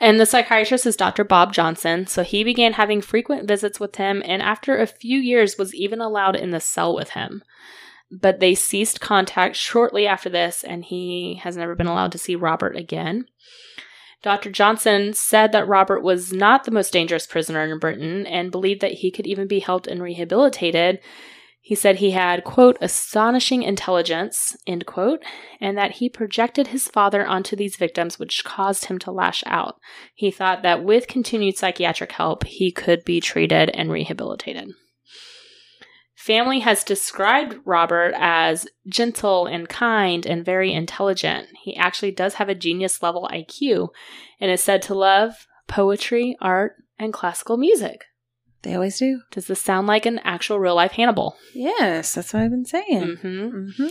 [SPEAKER 2] And the psychiatrist is Dr. Bob Johnson, so he began having frequent visits with him and after a few years was even allowed in the cell with him. But they ceased contact shortly after this, and he has never been allowed to see Robert again. Dr. Johnson said that Robert was not the most dangerous prisoner in Britain and believed that he could even be helped and rehabilitated. He said he had, quote, astonishing intelligence, end quote, and that he projected his father onto these victims, which caused him to lash out. He thought that with continued psychiatric help, he could be treated and rehabilitated. Family has described Robert as gentle and kind and very intelligent. He actually does have a genius level IQ and is said to love poetry, art, and classical music.
[SPEAKER 1] They always do.
[SPEAKER 2] Does this sound like an actual real life Hannibal?
[SPEAKER 1] Yes, that's what I've been saying.
[SPEAKER 2] hmm
[SPEAKER 1] Mm-hmm.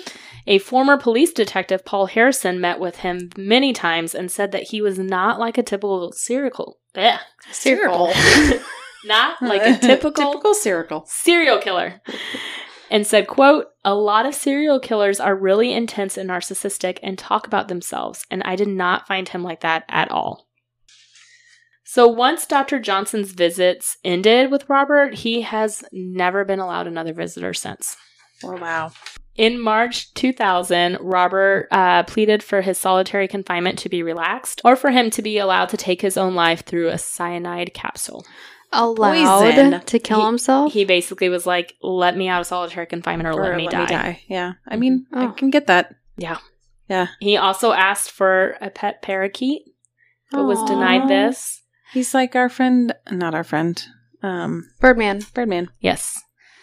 [SPEAKER 2] A former police detective, Paul Harrison, met with him many times and said that he was not like a typical serial. bleh,
[SPEAKER 1] Circle.
[SPEAKER 2] not like a typical
[SPEAKER 1] typical circle.
[SPEAKER 2] serial killer and said quote a lot of serial killers are really intense and narcissistic and talk about themselves and i did not find him like that at all so once dr johnson's visits ended with robert he has never been allowed another visitor since
[SPEAKER 1] Oh wow.
[SPEAKER 2] in March 2000, Robert uh, pleaded for his solitary confinement to be relaxed or for him to be allowed to take his own life through a cyanide capsule.
[SPEAKER 3] Allowed
[SPEAKER 1] Poison.
[SPEAKER 3] to kill
[SPEAKER 2] He-
[SPEAKER 3] himself?
[SPEAKER 2] He basically was like, let me out of solitary confinement Oh. or, let, me, die. Mm-hmm.
[SPEAKER 1] Yeah. I mean,
[SPEAKER 3] Mhm.
[SPEAKER 1] I
[SPEAKER 3] Oh.
[SPEAKER 1] can get that.
[SPEAKER 2] He also asked for a pet parakeet, but was
[SPEAKER 3] Aw.
[SPEAKER 2] denied this.
[SPEAKER 1] He's like our friend, not our friend, um,
[SPEAKER 3] Birdman.
[SPEAKER 1] Birdman.
[SPEAKER 2] Yes.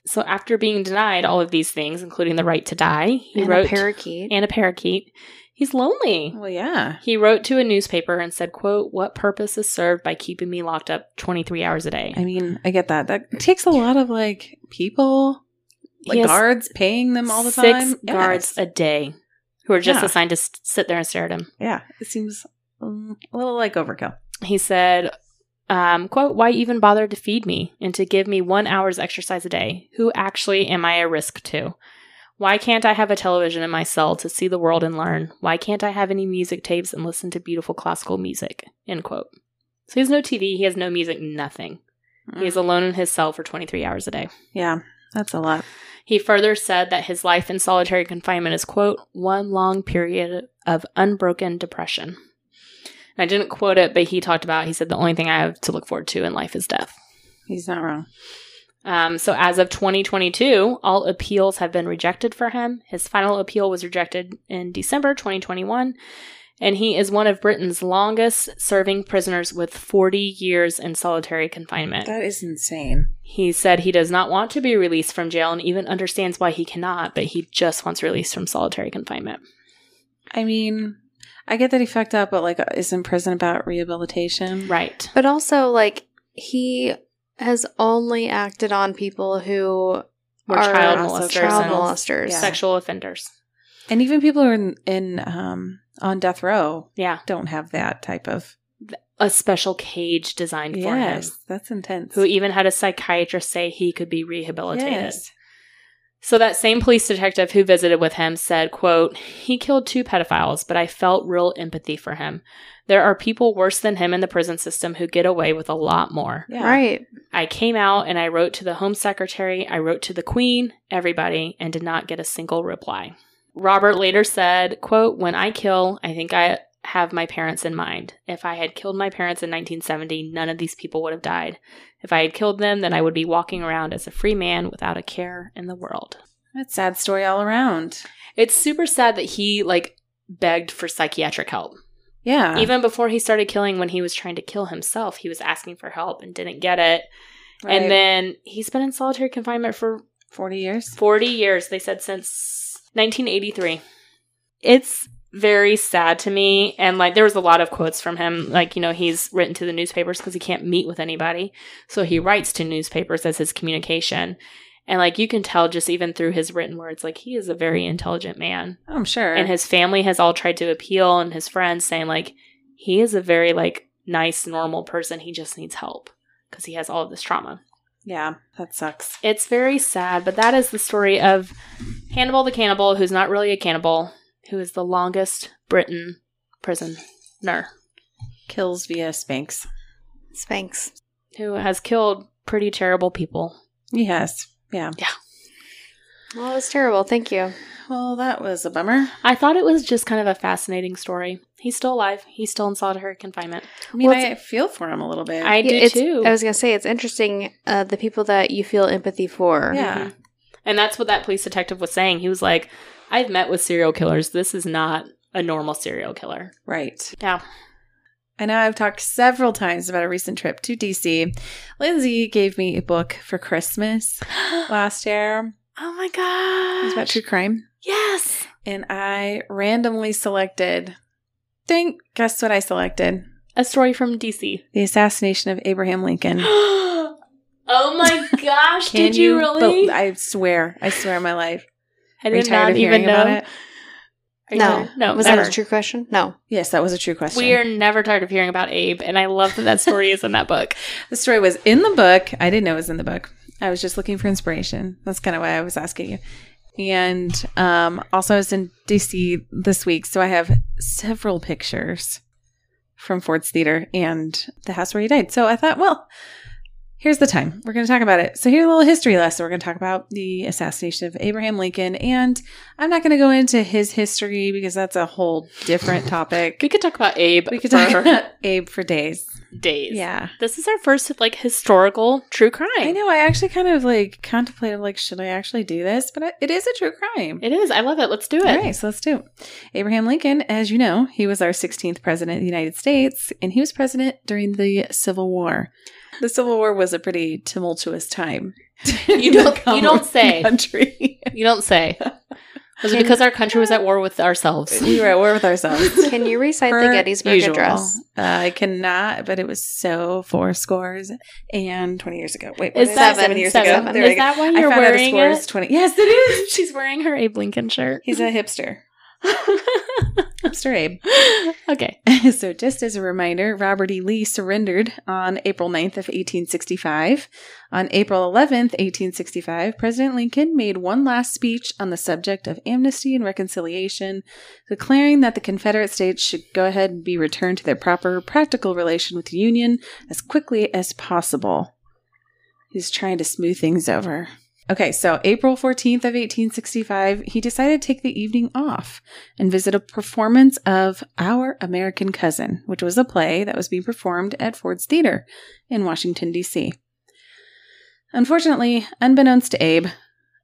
[SPEAKER 2] So after being denied all of these things, including the right to die, he
[SPEAKER 3] and
[SPEAKER 2] wrote
[SPEAKER 3] a parakeet.
[SPEAKER 2] and a parakeet. He's lonely.
[SPEAKER 1] Well, yeah.
[SPEAKER 2] He wrote to a newspaper and said, quote, What purpose is served by keeping me locked up 23 hours a day?
[SPEAKER 1] I mean, I get that. That takes a lot of like people,
[SPEAKER 2] He
[SPEAKER 1] like
[SPEAKER 2] has
[SPEAKER 1] guards paying them all the
[SPEAKER 2] six
[SPEAKER 1] time.
[SPEAKER 2] guards a day who are just
[SPEAKER 1] Yeah.
[SPEAKER 2] assigned to s- sit there and stare at him.
[SPEAKER 1] Yes. Yeah. It seems um, a little like overkill.
[SPEAKER 2] he said um, quote why even bother to feed me and to give me one hour's exercise a day who actually am i a risk to Why can't I have a television in my cell to see the world and learn? Why can't I have any music tapes and listen to beautiful classical music? End quote. So he has no TV, he has no music, nothing. He is alone in his cell for 23 hours a day.
[SPEAKER 1] Mm. yeah, that's a lot.
[SPEAKER 2] He further said that his life in solitary confinement is, quote, one long period of unbroken depression. And I didn't quote it, but he talked about, he said, the only thing I have to look forward to in life is death.
[SPEAKER 1] He's not wrong.
[SPEAKER 2] Um, so as of 2022, all appeals have been rejected for him. His final appeal was rejected in December 2021, and he is one of Britain's longest serving prisoners with 40 years in solitary confinement.
[SPEAKER 1] That is insane.
[SPEAKER 2] He said he does not want to be released from jail and even understands why he cannot, but he just wants release from solitary confinement.
[SPEAKER 1] I mean, I get that he fucked up, but like, is in prison about rehabilitation?
[SPEAKER 2] Right.
[SPEAKER 3] But also, like, he has only acted on people who
[SPEAKER 2] Or
[SPEAKER 3] are
[SPEAKER 2] child
[SPEAKER 1] also
[SPEAKER 2] molesters
[SPEAKER 3] child
[SPEAKER 2] and
[SPEAKER 3] molesters.
[SPEAKER 1] Yeah.
[SPEAKER 2] sexual offenders.
[SPEAKER 1] And even people who are in, in um, on death row
[SPEAKER 2] Yeah.
[SPEAKER 1] don't have that type of.
[SPEAKER 2] A special cage designed for him.
[SPEAKER 1] Yes, that's intense.
[SPEAKER 2] Who even had a psychiatrist say he could be rehabilitated.
[SPEAKER 1] Yes.
[SPEAKER 2] So that same police detective who visited with him said, quote, he killed two pedophiles, but I felt real empathy for him. There are people worse than him in the prison system who get away with a lot more.
[SPEAKER 1] Yeah.
[SPEAKER 3] Right.
[SPEAKER 2] I came out and I wrote to the Home Secretary, I wrote to the Queen, everybody, and did not get a single reply. Robert later said, quote, When I kill, I think I have my parents in mind. If I had killed my parents in 1970, none of these people would have died. If I had killed them, then I would be walking around as a free man without a care in the world.
[SPEAKER 1] That's a sad story all around.
[SPEAKER 2] It's super sad that he, like, begged for psychiatric help.
[SPEAKER 1] Yeah.
[SPEAKER 2] Even before he started killing, when he was trying to kill himself, he was asking for help and didn't get it.
[SPEAKER 1] Right.
[SPEAKER 2] And then he's been in solitary confinement for
[SPEAKER 1] 40 years.
[SPEAKER 2] 40 years, they said, since 1983. It's very sad to me. And like, there was a lot of quotes from him. Like, you know, he's written to the newspapers because he can't meet with anybody. So he writes to newspapers as his communication. And like, you can tell just even through his written words, like, he is a very intelligent man.
[SPEAKER 1] Oh, I'm sure.
[SPEAKER 2] And his family has all tried to appeal, and his friends saying, like, he is a very, like, nice, normal person. He just needs help because he has all of this trauma.
[SPEAKER 1] yeah, that sucks.
[SPEAKER 2] It's very sad, but that is the story of Hannibal the cannibal, who's not really a cannibal, who is the longest Britain prisoner,
[SPEAKER 1] Kills via Spanx.
[SPEAKER 3] Spanx.
[SPEAKER 2] who has killed pretty terrible people.
[SPEAKER 1] Yes. Yeah.
[SPEAKER 3] Well, that was terrible. Thank you.
[SPEAKER 1] Well, that was a bummer.
[SPEAKER 2] I thought it was just kind of a fascinating story. He's still alive. He's still in solitary confinement.
[SPEAKER 1] I mean,
[SPEAKER 3] Well,
[SPEAKER 1] I feel for him a little bit.
[SPEAKER 2] I do
[SPEAKER 3] it's,
[SPEAKER 2] too.
[SPEAKER 3] I was gonna say it's interesting uh, the people that you feel empathy for.
[SPEAKER 1] Yeah.
[SPEAKER 2] Mhm. And that's what that police detective was saying. He was like, I've met with serial killers. This is not a normal serial killer.
[SPEAKER 1] right.
[SPEAKER 2] Yeah.
[SPEAKER 1] I know I've talked several times about a recent trip to DC. Lindsay gave me a book for Christmas
[SPEAKER 2] oh
[SPEAKER 1] last year.
[SPEAKER 2] my
[SPEAKER 1] It was about
[SPEAKER 2] gosh.
[SPEAKER 1] true crime.
[SPEAKER 2] Yes.
[SPEAKER 1] And I randomly selected, dang, guess what I selected?
[SPEAKER 2] A story from DC.
[SPEAKER 1] The assassination of Abraham Lincoln.
[SPEAKER 2] oh my gosh!
[SPEAKER 1] Can
[SPEAKER 2] did you, really?
[SPEAKER 1] bel- I swear. I swear on my life.
[SPEAKER 2] I
[SPEAKER 1] Are you tired of hearing about it?
[SPEAKER 2] Are you
[SPEAKER 3] No.
[SPEAKER 2] tired? no,
[SPEAKER 3] Was
[SPEAKER 2] never.
[SPEAKER 3] that a true question? No.
[SPEAKER 1] Yes, that was a true question.
[SPEAKER 2] We are never tired of hearing about Abe, and I love that that story is in that book.
[SPEAKER 1] The story was in the book. I didn't know it was in the book. I was just looking for inspiration. That's kind of why I was asking you. And um, also, I was in DC this week, so I have several pictures from Ford's Theater and the house where he died. So I thought, well, here's the time. We're going to talk about it. So here's a little history lesson. We're going to talk about the assassination of Abraham Lincoln. And I'm not going to go into his history because that's a whole different topic.
[SPEAKER 2] We could talk about Abe
[SPEAKER 1] We could
[SPEAKER 2] for
[SPEAKER 1] talk about Abe for days.
[SPEAKER 2] days.
[SPEAKER 1] Yeah.
[SPEAKER 2] This is our first like historical true crime.
[SPEAKER 1] I know. I actually kind of like contemplated, like, should I actually do this? But I, it is a true crime.
[SPEAKER 2] It is. I love it. Let's do it.
[SPEAKER 1] All right, so let's do it. Abraham Lincoln, as you know, he was our 16th president of the United States, and he was president during the Civil War. The Civil War was a pretty tumultuous time.
[SPEAKER 2] You don't- you don't say.
[SPEAKER 1] Country.
[SPEAKER 2] You don't say. Was it
[SPEAKER 1] Can-
[SPEAKER 2] because our country was at war with ourselves?
[SPEAKER 1] we were at war with ourselves.
[SPEAKER 3] Can you recite the
[SPEAKER 1] Per
[SPEAKER 3] Gettysburg
[SPEAKER 1] usual.
[SPEAKER 3] Address?
[SPEAKER 1] Uh, I cannot, but it was so four scores and 20 years ago. Wait, what
[SPEAKER 2] Is
[SPEAKER 1] is
[SPEAKER 2] that
[SPEAKER 1] seven years
[SPEAKER 2] seven.
[SPEAKER 1] ago?
[SPEAKER 3] There
[SPEAKER 2] is
[SPEAKER 3] we go.
[SPEAKER 2] that why
[SPEAKER 1] I
[SPEAKER 2] you're
[SPEAKER 1] found out a
[SPEAKER 2] wearing
[SPEAKER 1] score is
[SPEAKER 2] it?
[SPEAKER 1] 20. Yes, it is.
[SPEAKER 2] She's wearing her Abe Lincoln shirt.
[SPEAKER 1] He's a hipster. Hamster Abe.
[SPEAKER 2] okay.
[SPEAKER 1] so, just as a reminder, Robert E. Lee surrendered on April 9th of 1865. On April 11th, 1865, President Lincoln made one last speech on the subject of amnesty and reconciliation, declaring that the Confederate states should go ahead and be returned to their proper practical relation with the Union as quickly as possible. He's trying to smooth things over. Okay, so April 14th of 1865, he decided to take the evening off and visit a performance of Our American Cousin, which was a play that was being performed at Ford's Theater in Washington, D.C. Unfortunately, unbeknownst to Abe,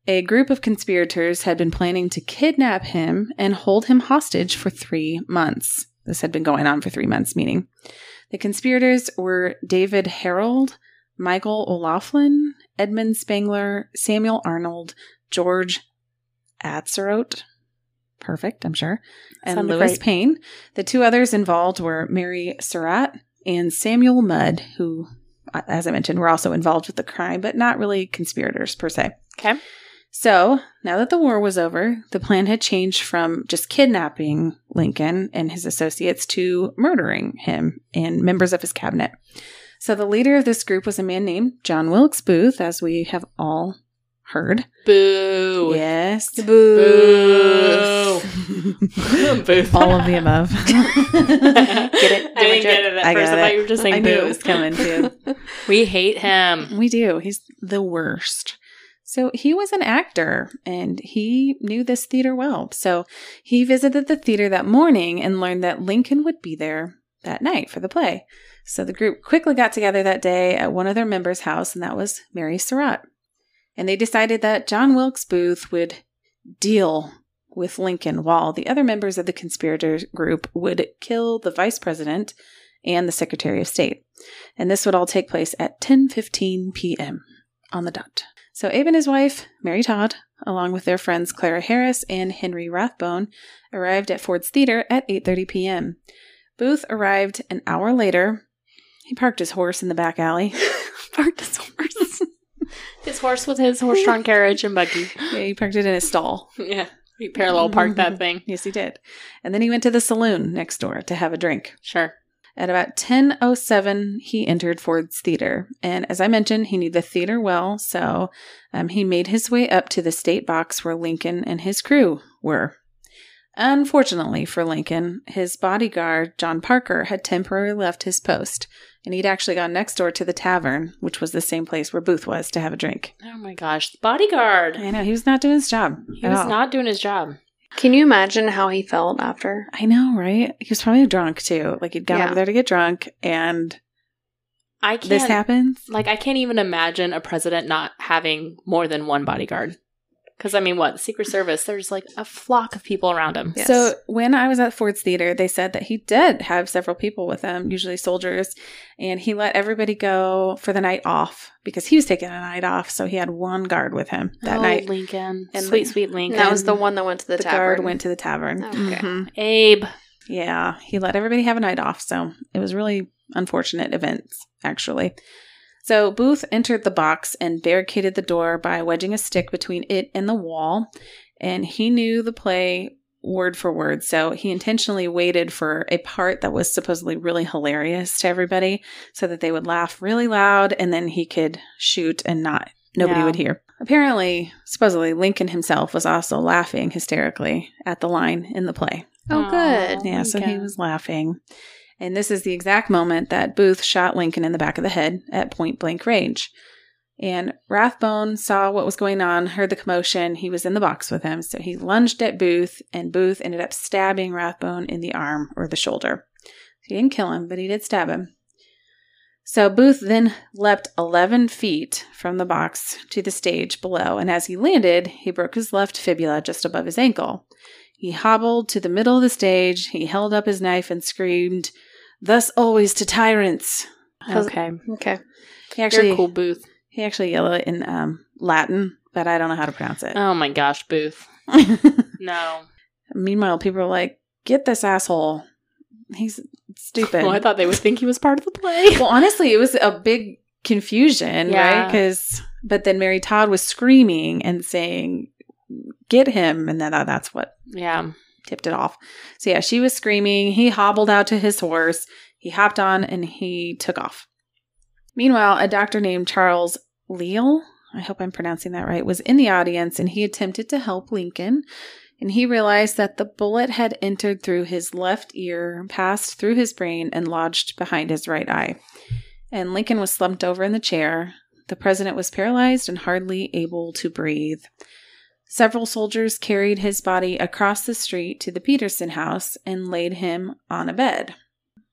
[SPEAKER 1] a group of conspirators had been planning to kidnap him and hold him hostage for three months. This had been going on for three months, meaning. The conspirators were David Harold, Michael O'Laughlin, Edmund Spangler, Samuel Arnold, George Atzerodt, perfect, I'm sure, and
[SPEAKER 2] Sounded
[SPEAKER 1] Lewis
[SPEAKER 2] great.
[SPEAKER 1] Payne. The two others involved were Mary Surratt and Samuel Mudd, who, uh, as I mentioned, were also involved with the crime, but not really conspirators per se.
[SPEAKER 2] Okay.
[SPEAKER 1] So now that the war was over, the plan had changed from just kidnapping Lincoln and his associates to murdering him and members of his cabinet. So the leader of this group was a man named John Wilkes Booth, as we have all heard.
[SPEAKER 2] Boo.
[SPEAKER 1] Yes.
[SPEAKER 2] Boo. Booth.
[SPEAKER 1] all of the above.
[SPEAKER 3] Get it?
[SPEAKER 2] I didn't get it at
[SPEAKER 1] I
[SPEAKER 2] first.
[SPEAKER 1] got
[SPEAKER 2] I
[SPEAKER 1] it.
[SPEAKER 2] thought you were just saying
[SPEAKER 1] I
[SPEAKER 2] boo.
[SPEAKER 1] knew it was coming too.
[SPEAKER 2] We hate him.
[SPEAKER 1] We do. He's the worst. So he was an actor and he knew this theater well. So he visited the theater that morning and learned that Lincoln would be there that night for the play. So the group quickly got together that day at one of their members' house, and that was Mary Surratt. And they decided that John Wilkes Booth would deal with Lincoln while the other members of the conspirator group would kill the vice president and the secretary of state and this would all take place at 10:15 p.m. on the dot. So Abe and his wife, Mary Todd, along with their friends Clara Harris and Henry Rathbone, arrived at Ford's Theater at 8:30 p.m. Booth arrived an hour later. He parked his horse in the back alley.
[SPEAKER 2] Parked his horse. his horse with his horse-drawn carriage and buggy.
[SPEAKER 1] Yeah, he parked it in his stall.
[SPEAKER 2] Yeah. We parallel parked that thing.
[SPEAKER 1] Yes, he did. And then he went to the saloon next door to have a drink.
[SPEAKER 2] Sure.
[SPEAKER 1] At about 10:07, he entered Ford's theater, and as I mentioned, he knew the theater well, so um, he made his way up to the state box where Lincoln and his crew were. Unfortunately for Lincoln, his bodyguard John Parker had temporarily left his post, and he'd actually gone next door to the tavern, which was the same place where Booth was to have a drink.
[SPEAKER 2] Oh my gosh. The bodyguard.
[SPEAKER 1] I know he was not doing his job.
[SPEAKER 2] He
[SPEAKER 1] at
[SPEAKER 2] was
[SPEAKER 1] all.
[SPEAKER 2] not doing his job.
[SPEAKER 3] Can you imagine how he felt after?
[SPEAKER 1] I know, right? He was probably drunk too. Like he'd gone
[SPEAKER 3] Yeah.
[SPEAKER 1] over there to get drunk, and
[SPEAKER 2] I can't
[SPEAKER 1] this happens.
[SPEAKER 2] like I can't even imagine a president not having more than one bodyguard. Cuz I mean, what? Secret Service, there's like a flock of people around him.
[SPEAKER 3] Yeah. Yes.
[SPEAKER 1] So when I was at Ford's Theater, they said that he did have several people with him, usually soldiers, and he let everybody go for the night off because he was taking a night off, so he had one guard with him that
[SPEAKER 2] Oh,
[SPEAKER 1] night.
[SPEAKER 2] Lincoln.
[SPEAKER 1] And
[SPEAKER 2] sweet
[SPEAKER 1] the-
[SPEAKER 2] sweet
[SPEAKER 3] And
[SPEAKER 2] Lincoln.
[SPEAKER 3] that was the one that went to the,
[SPEAKER 1] The
[SPEAKER 3] tavern.
[SPEAKER 1] guard went to the tavern.
[SPEAKER 3] Okay.
[SPEAKER 1] Mhm.
[SPEAKER 2] Abe.
[SPEAKER 1] Yeah, he let everybody have a night off, so it was really unfortunate events actually. So Booth entered the box and barricaded the door by wedging a stick between it and the wall, and he knew the play word for word. So he intentionally waited for a part that was supposedly really hilarious to everybody so that they would laugh really loud and then he could shoot and not nobody
[SPEAKER 2] Yeah.
[SPEAKER 1] would hear. Apparently, supposedly Lincoln himself was also laughing hysterically at the line in the play.
[SPEAKER 3] Oh, good.
[SPEAKER 2] Aw.
[SPEAKER 1] Yeah, so he
[SPEAKER 2] Lincoln.
[SPEAKER 1] was laughing. And this is the exact moment that Booth shot Lincoln in the back of the head at point blank range. And Rathbone saw what was going on, heard the commotion. He was in the box with him. So he lunged at Booth, and Booth ended up stabbing Rathbone in the arm or the shoulder. He didn't kill him, but he did stab him. So Booth then leapt 11 feet from the box to the stage below, and as he landed, he broke his left fibula just above his ankle. He hobbled to the middle of the stage, he held up his knife and screamed, Thus always to tyrants.
[SPEAKER 2] Okay.
[SPEAKER 3] Okay.
[SPEAKER 1] He
[SPEAKER 2] Actually,
[SPEAKER 1] actually,
[SPEAKER 2] cool Booth.
[SPEAKER 1] he actually yelled it in um, Latin, but I don't know how to pronounce it.
[SPEAKER 2] Oh my gosh, Booth. Oh. No.
[SPEAKER 1] Meanwhile, people are like, Get this asshole. He's stupid.
[SPEAKER 2] Well, I thought they would think he was part of the play.
[SPEAKER 1] well, honestly, it was a big confusion,
[SPEAKER 2] Yeah.
[SPEAKER 1] right? Because, but then Mary Todd was screaming and saying, "Get him!" and that uh, that's what
[SPEAKER 2] yeah.
[SPEAKER 1] tipped it off. So yeah, she was screaming. He hobbled out to his horse. He hopped on and he took off. Meanwhile, a doctor named Charles Leal, I hope I'm pronouncing that right, was in the audience and he attempted to help Lincoln. And he realized that the bullet had entered through his left ear, passed through his brain, and lodged behind his right eye. And Lincoln was slumped over in the chair. The president was paralyzed and hardly able to breathe. Several soldiers carried his body across the street to the Peterson house and laid him on a bed.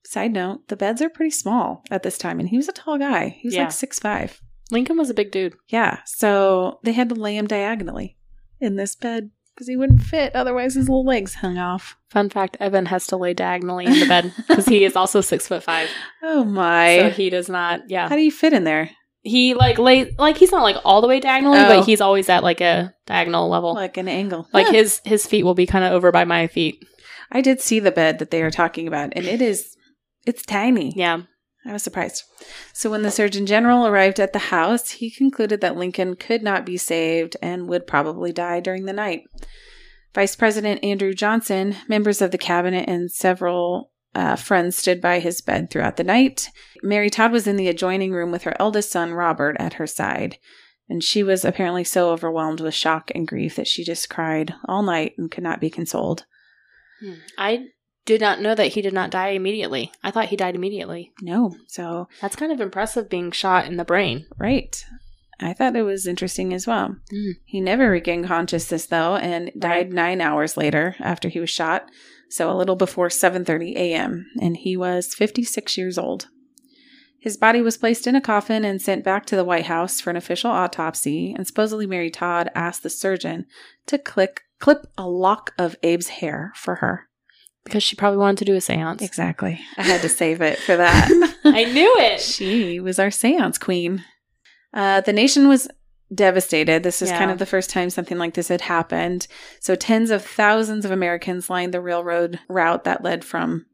[SPEAKER 1] Side note, the beds are pretty small at this time, and he was a tall guy. He was
[SPEAKER 2] Yeah.
[SPEAKER 1] like six five.
[SPEAKER 2] Lincoln was a big dude.
[SPEAKER 1] Yeah. So they had to lay him diagonally in this bed because he wouldn't fit. Otherwise, his little legs hung off.
[SPEAKER 2] Fun fact: Evan has to lay diagonally in the bed because he is also six foot five,
[SPEAKER 1] Oh,
[SPEAKER 2] so
[SPEAKER 1] my.
[SPEAKER 2] he does not.
[SPEAKER 1] How
[SPEAKER 2] Yeah,
[SPEAKER 1] do you fit in there?
[SPEAKER 2] he like lay like he's not like all the way diagonally,
[SPEAKER 1] Oh.
[SPEAKER 2] but he's always at like a diagonal level. Like,
[SPEAKER 1] Like an angle. Huh.
[SPEAKER 2] his his feet will be kind of over by my feet.
[SPEAKER 1] I did see the bed that they are talking about, and it is. It's tiny.
[SPEAKER 2] Yeah,
[SPEAKER 1] I was surprised. So, when the Surgeon General arrived at the house, he concluded that Lincoln could not be saved and would probably die during the night. Vice President Andrew Johnson, members of the cabinet, and several uh, friends stood by his bed throughout the night. Mary Todd was in the adjoining room with her eldest son, Robert, at her side. And she was apparently so overwhelmed with shock and grief that she just cried all night and could not be consoled.
[SPEAKER 2] Hmm. I did not know that he did not die immediately. I thought he died immediately.
[SPEAKER 1] No. So,
[SPEAKER 2] That's kind of impressive being shot in the brain.
[SPEAKER 1] Right. I thought it was interesting as well.
[SPEAKER 2] Mm.
[SPEAKER 1] He never regained consciousness though and died
[SPEAKER 2] Right.
[SPEAKER 1] 9 hours later after he was shot, so a little before 7:30 a.m. and he was 56 years old. His body was placed in a coffin and sent back to the White House for an official autopsy, and supposedly Mary Todd asked the surgeon to click clip a lock of Abe's hair for her.
[SPEAKER 2] Because she probably wanted to do a seance.
[SPEAKER 1] Exactly. I had to save it for that.
[SPEAKER 2] I knew it.
[SPEAKER 1] She was our seance queen. Uh, the nation was devastated. This is
[SPEAKER 2] Yeah.
[SPEAKER 1] kind of the first time something like this had happened. So, tens of thousands of Americans lined the railroad route that led from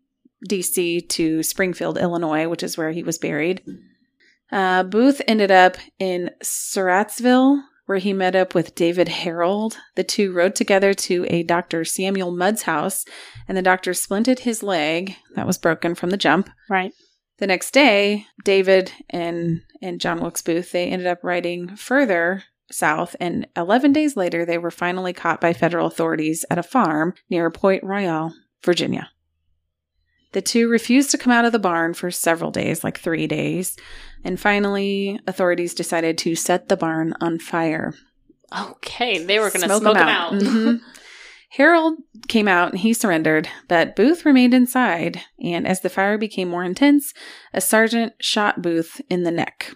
[SPEAKER 1] DC to Springfield, Illinois, which is where he was buried. Uh, Booth ended up in Surrattsville, where he met up with David Harold. The two rode together to a Dr. Samuel Mudd's house, and the doctor splinted his leg that was broken from the jump.
[SPEAKER 2] Right.
[SPEAKER 1] The next day, David and and John Wilkes Booth they ended up riding further south, and 11 days later, they were finally caught by federal authorities at a farm near Point Royal, Virginia. The two refused to come out of the barn for several days, like three days, and finally, authorities decided to set the barn on fire.
[SPEAKER 2] Okay, they were going to
[SPEAKER 1] 'em
[SPEAKER 2] smoke, him out. Mm-hmm.
[SPEAKER 1] Mhm. Harold came out and he surrendered, but Booth remained inside. And as the fire became more intense, a sergeant shot Booth in the neck,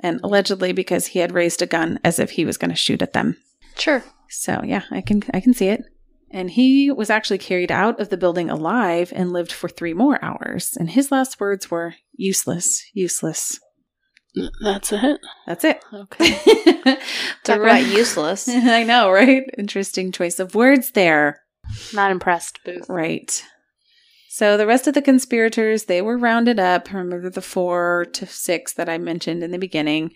[SPEAKER 1] and allegedly because he had raised a gun as if he was going to shoot at them.
[SPEAKER 3] Sure.
[SPEAKER 1] So yeah, I can I can see it. And he was actually carried out of the building alive and lived for three more hours. And his last words were useless, useless.
[SPEAKER 2] That's it.
[SPEAKER 1] That's it.
[SPEAKER 2] Okay.
[SPEAKER 3] Talk
[SPEAKER 1] The
[SPEAKER 3] about
[SPEAKER 1] re-
[SPEAKER 3] useless.
[SPEAKER 1] I know, right? Interesting choice of words there.
[SPEAKER 2] Not impressed, Booth.
[SPEAKER 1] Right. So the rest of the conspirators, they were rounded up. Remember the four to six that I mentioned in the beginning.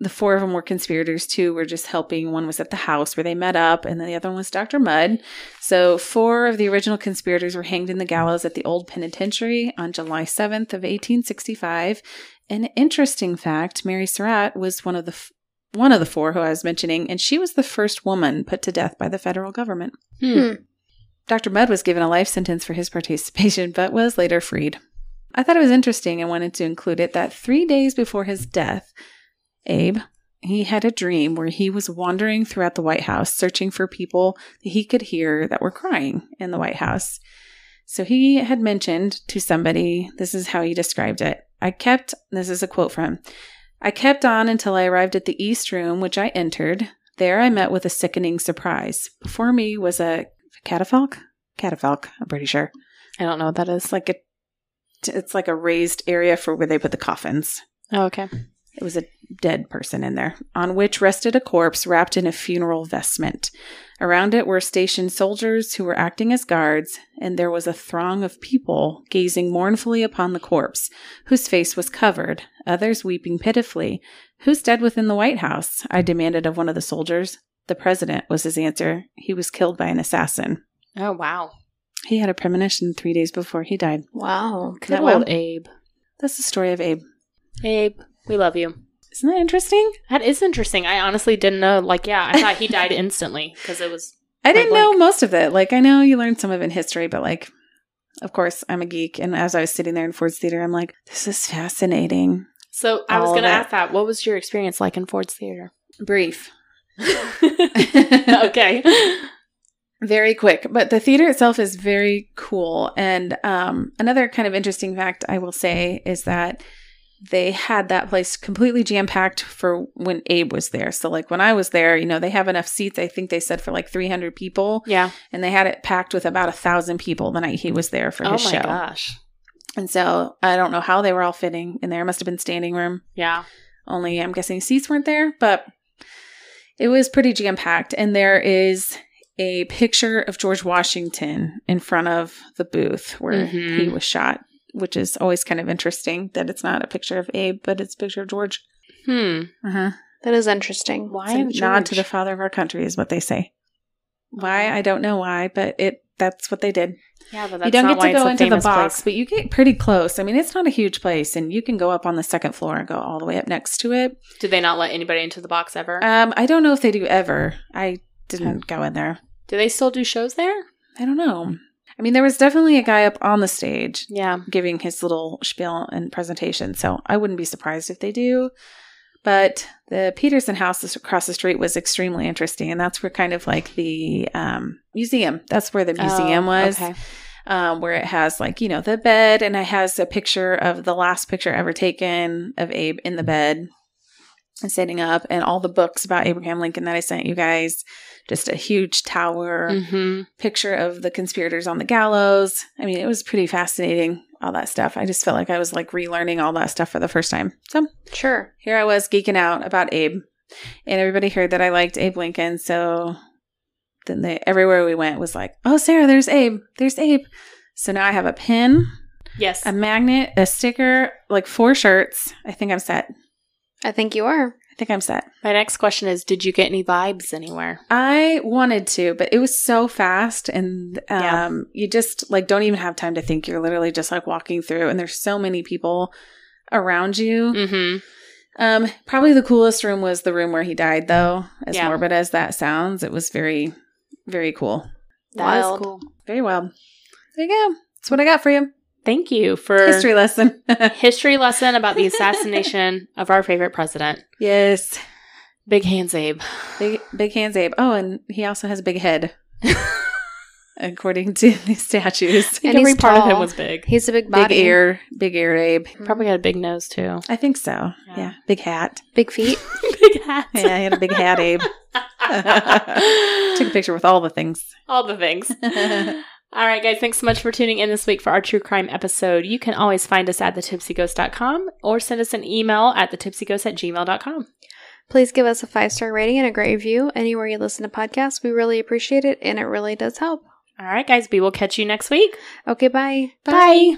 [SPEAKER 1] The four of them were conspirators. Two were just helping. One was at the house where they met up, and then the other one was Dr. Mudd. So four of the original conspirators were hanged in the gallows at the old penitentiary on July 7th of 1865. An interesting fact: Mary Surratt was one of the f- one of the four who I was mentioning, and she was the first woman put to death by the federal government.
[SPEAKER 2] Hmm.
[SPEAKER 1] Dr. Mudd was given a life sentence for his participation, but was later freed. I thought it was interesting and wanted to include it that three days before his death, Abe, he had a dream where he was wandering throughout the White House searching for people that he could hear that were crying in the White House. So he had mentioned to somebody, this is how he described it. I kept, this is a quote from him, I kept on until I arrived at the East Room, which I entered. There I met with a sickening surprise. Before me was a catafalque catafalque i'm pretty sure
[SPEAKER 2] I don't know what that is.
[SPEAKER 1] it's like a it's like a raised area for where they put the coffins
[SPEAKER 2] Oh, okay.
[SPEAKER 1] it was a dead person in there on which rested a corpse wrapped in a funeral vestment around it were stationed soldiers who were acting as guards and there was a throng of people gazing mournfully upon the corpse whose face was covered others weeping pitifully who's dead within the white house i demanded of one of the soldiers the president was his answer he was killed by an assassin
[SPEAKER 2] Oh, wow.
[SPEAKER 1] He had a premonition three days before he died.
[SPEAKER 3] Wow.
[SPEAKER 2] Good
[SPEAKER 1] That well?
[SPEAKER 2] old Abe.
[SPEAKER 1] That's the story of Abe.
[SPEAKER 2] Abe, we love you.
[SPEAKER 1] Isn't that interesting?
[SPEAKER 2] That is interesting. I honestly didn't know. Like, yeah, I thought he died instantly because it was.
[SPEAKER 1] I didn't
[SPEAKER 2] Point
[SPEAKER 1] know
[SPEAKER 2] blank.
[SPEAKER 1] most of it. Like I know you learned some of it in history, but like of course I'm a geek and as I was sitting there in Ford's Theater, I'm like, this is fascinating.
[SPEAKER 2] So I was
[SPEAKER 1] All
[SPEAKER 2] going to
[SPEAKER 1] that.
[SPEAKER 2] ask that. What was your experience like in Ford's Theater?
[SPEAKER 1] Brief.
[SPEAKER 2] okay.
[SPEAKER 1] very quick but the theater itself is very cool and um, another kind of interesting fact i will say is that they had that place completely jam packed for when abe was there so like when i was there you know they have enough seats i think they said for like 300 people
[SPEAKER 2] Yeah.
[SPEAKER 1] and they had it packed with about a thousand people the night he was there for
[SPEAKER 2] oh my
[SPEAKER 1] his show
[SPEAKER 2] gosh.
[SPEAKER 1] and so i don't know how they were all fitting in there must have been standing room
[SPEAKER 2] Yeah.
[SPEAKER 1] only I'm guessing seats weren't there, but it was pretty jam packed. And there is a picture of George Washington in front of the booth where
[SPEAKER 2] Mhm.
[SPEAKER 1] he was shot, which is always kind of interesting that it's not a picture of Abe, but it's a picture of George.
[SPEAKER 2] Hmm.
[SPEAKER 1] Uh-huh.
[SPEAKER 3] That is interesting.
[SPEAKER 2] Why
[SPEAKER 1] It's a
[SPEAKER 2] am
[SPEAKER 1] nod to the father of our country is what they say. Why I don't know why, but it that's what they did.
[SPEAKER 2] Yeah, but that's
[SPEAKER 1] you don't
[SPEAKER 2] not
[SPEAKER 1] get
[SPEAKER 2] why
[SPEAKER 1] to go
[SPEAKER 2] it's a
[SPEAKER 1] into the
[SPEAKER 2] famous
[SPEAKER 1] box,
[SPEAKER 2] place.
[SPEAKER 1] but you get pretty close. I mean, it's not a huge place, and you can go up on the second floor and go all the way up next to it.
[SPEAKER 2] Did they not let anybody into the box ever?
[SPEAKER 1] Um, I don't know if they do ever. I
[SPEAKER 2] Hmm.
[SPEAKER 1] didn't go in there.
[SPEAKER 2] do they still do shows there?
[SPEAKER 1] I don't know. I mean, there was definitely a guy up on the stage
[SPEAKER 2] Yeah.
[SPEAKER 1] giving his little spiel and presentation, so I wouldn't be surprised if they do. But the Peterson house is- across the street was extremely interesting, and that's where kind of like the um, museum. That's where the museum
[SPEAKER 2] Oh,
[SPEAKER 1] was,
[SPEAKER 2] Okay.
[SPEAKER 1] um, where it has like you know the bed, and it has a picture of the last picture ever taken of Abe in the bed and standing up, and all the books about Abraham Lincoln that I sent you guys. Just a huge tower
[SPEAKER 2] hmm
[SPEAKER 1] picture of the conspirators on the gallows. I mean, it was pretty fascinating, all that stuff. I just felt like I was like relearning all that stuff for the first time. So
[SPEAKER 3] Sure.
[SPEAKER 1] here I was geeking out about Abe, and everybody heard that I liked Abe Lincoln. So then they, everywhere we went was like, oh, Sarah, there's Abe. There's Abe. So now I have a pin,
[SPEAKER 2] Yes.
[SPEAKER 1] a magnet, a sticker, like four shirts. I think I'm set.
[SPEAKER 3] I think you are.
[SPEAKER 1] I think I'm set.
[SPEAKER 2] My next question is Did you get any vibes anywhere?
[SPEAKER 1] I wanted to, but it was so fast and um
[SPEAKER 2] Yeah.
[SPEAKER 1] you just like don't even have time to think. You're literally just like walking through and there's so many people around you.
[SPEAKER 2] Mm-hmm.
[SPEAKER 1] Um probably the coolest room was the room where he died though. As
[SPEAKER 2] Yeah.
[SPEAKER 1] morbid as that sounds, it was very very cool.
[SPEAKER 2] That is
[SPEAKER 3] Wild.
[SPEAKER 2] cool.
[SPEAKER 1] Very wild. There you go. That's what I got for you.
[SPEAKER 2] Thank you for
[SPEAKER 1] History lesson.
[SPEAKER 2] history lesson about the assassination of our favorite president.
[SPEAKER 1] yes.
[SPEAKER 2] Big hands, Abe.
[SPEAKER 1] Big big hands Abe. Oh, and he also has a big head. according to the statues.
[SPEAKER 3] And
[SPEAKER 2] every
[SPEAKER 3] he's
[SPEAKER 2] part of him
[SPEAKER 3] tall.
[SPEAKER 2] was big.
[SPEAKER 3] He's a big
[SPEAKER 1] Big
[SPEAKER 3] body.
[SPEAKER 1] ear, big ear Abe.
[SPEAKER 2] Probably had a big nose too.
[SPEAKER 1] I think so.
[SPEAKER 2] Yeah.
[SPEAKER 1] Yeah. Big hat.
[SPEAKER 3] Big feet.
[SPEAKER 2] big hat.
[SPEAKER 1] Yeah, he had a big hat, Abe. Took a picture with all the things.
[SPEAKER 2] All the things. All right, guys, thanks so much for tuning in this week for our true crime episode. You can always find us at thetipsyghost.com or send us an email at thetipsyghost at gmail.com.
[SPEAKER 3] Please give us a five star rating and a great review anywhere you listen to podcasts. We really appreciate it and it really does help.
[SPEAKER 2] All right, guys, we will catch you next week.
[SPEAKER 3] Okay, bye.
[SPEAKER 2] Bye.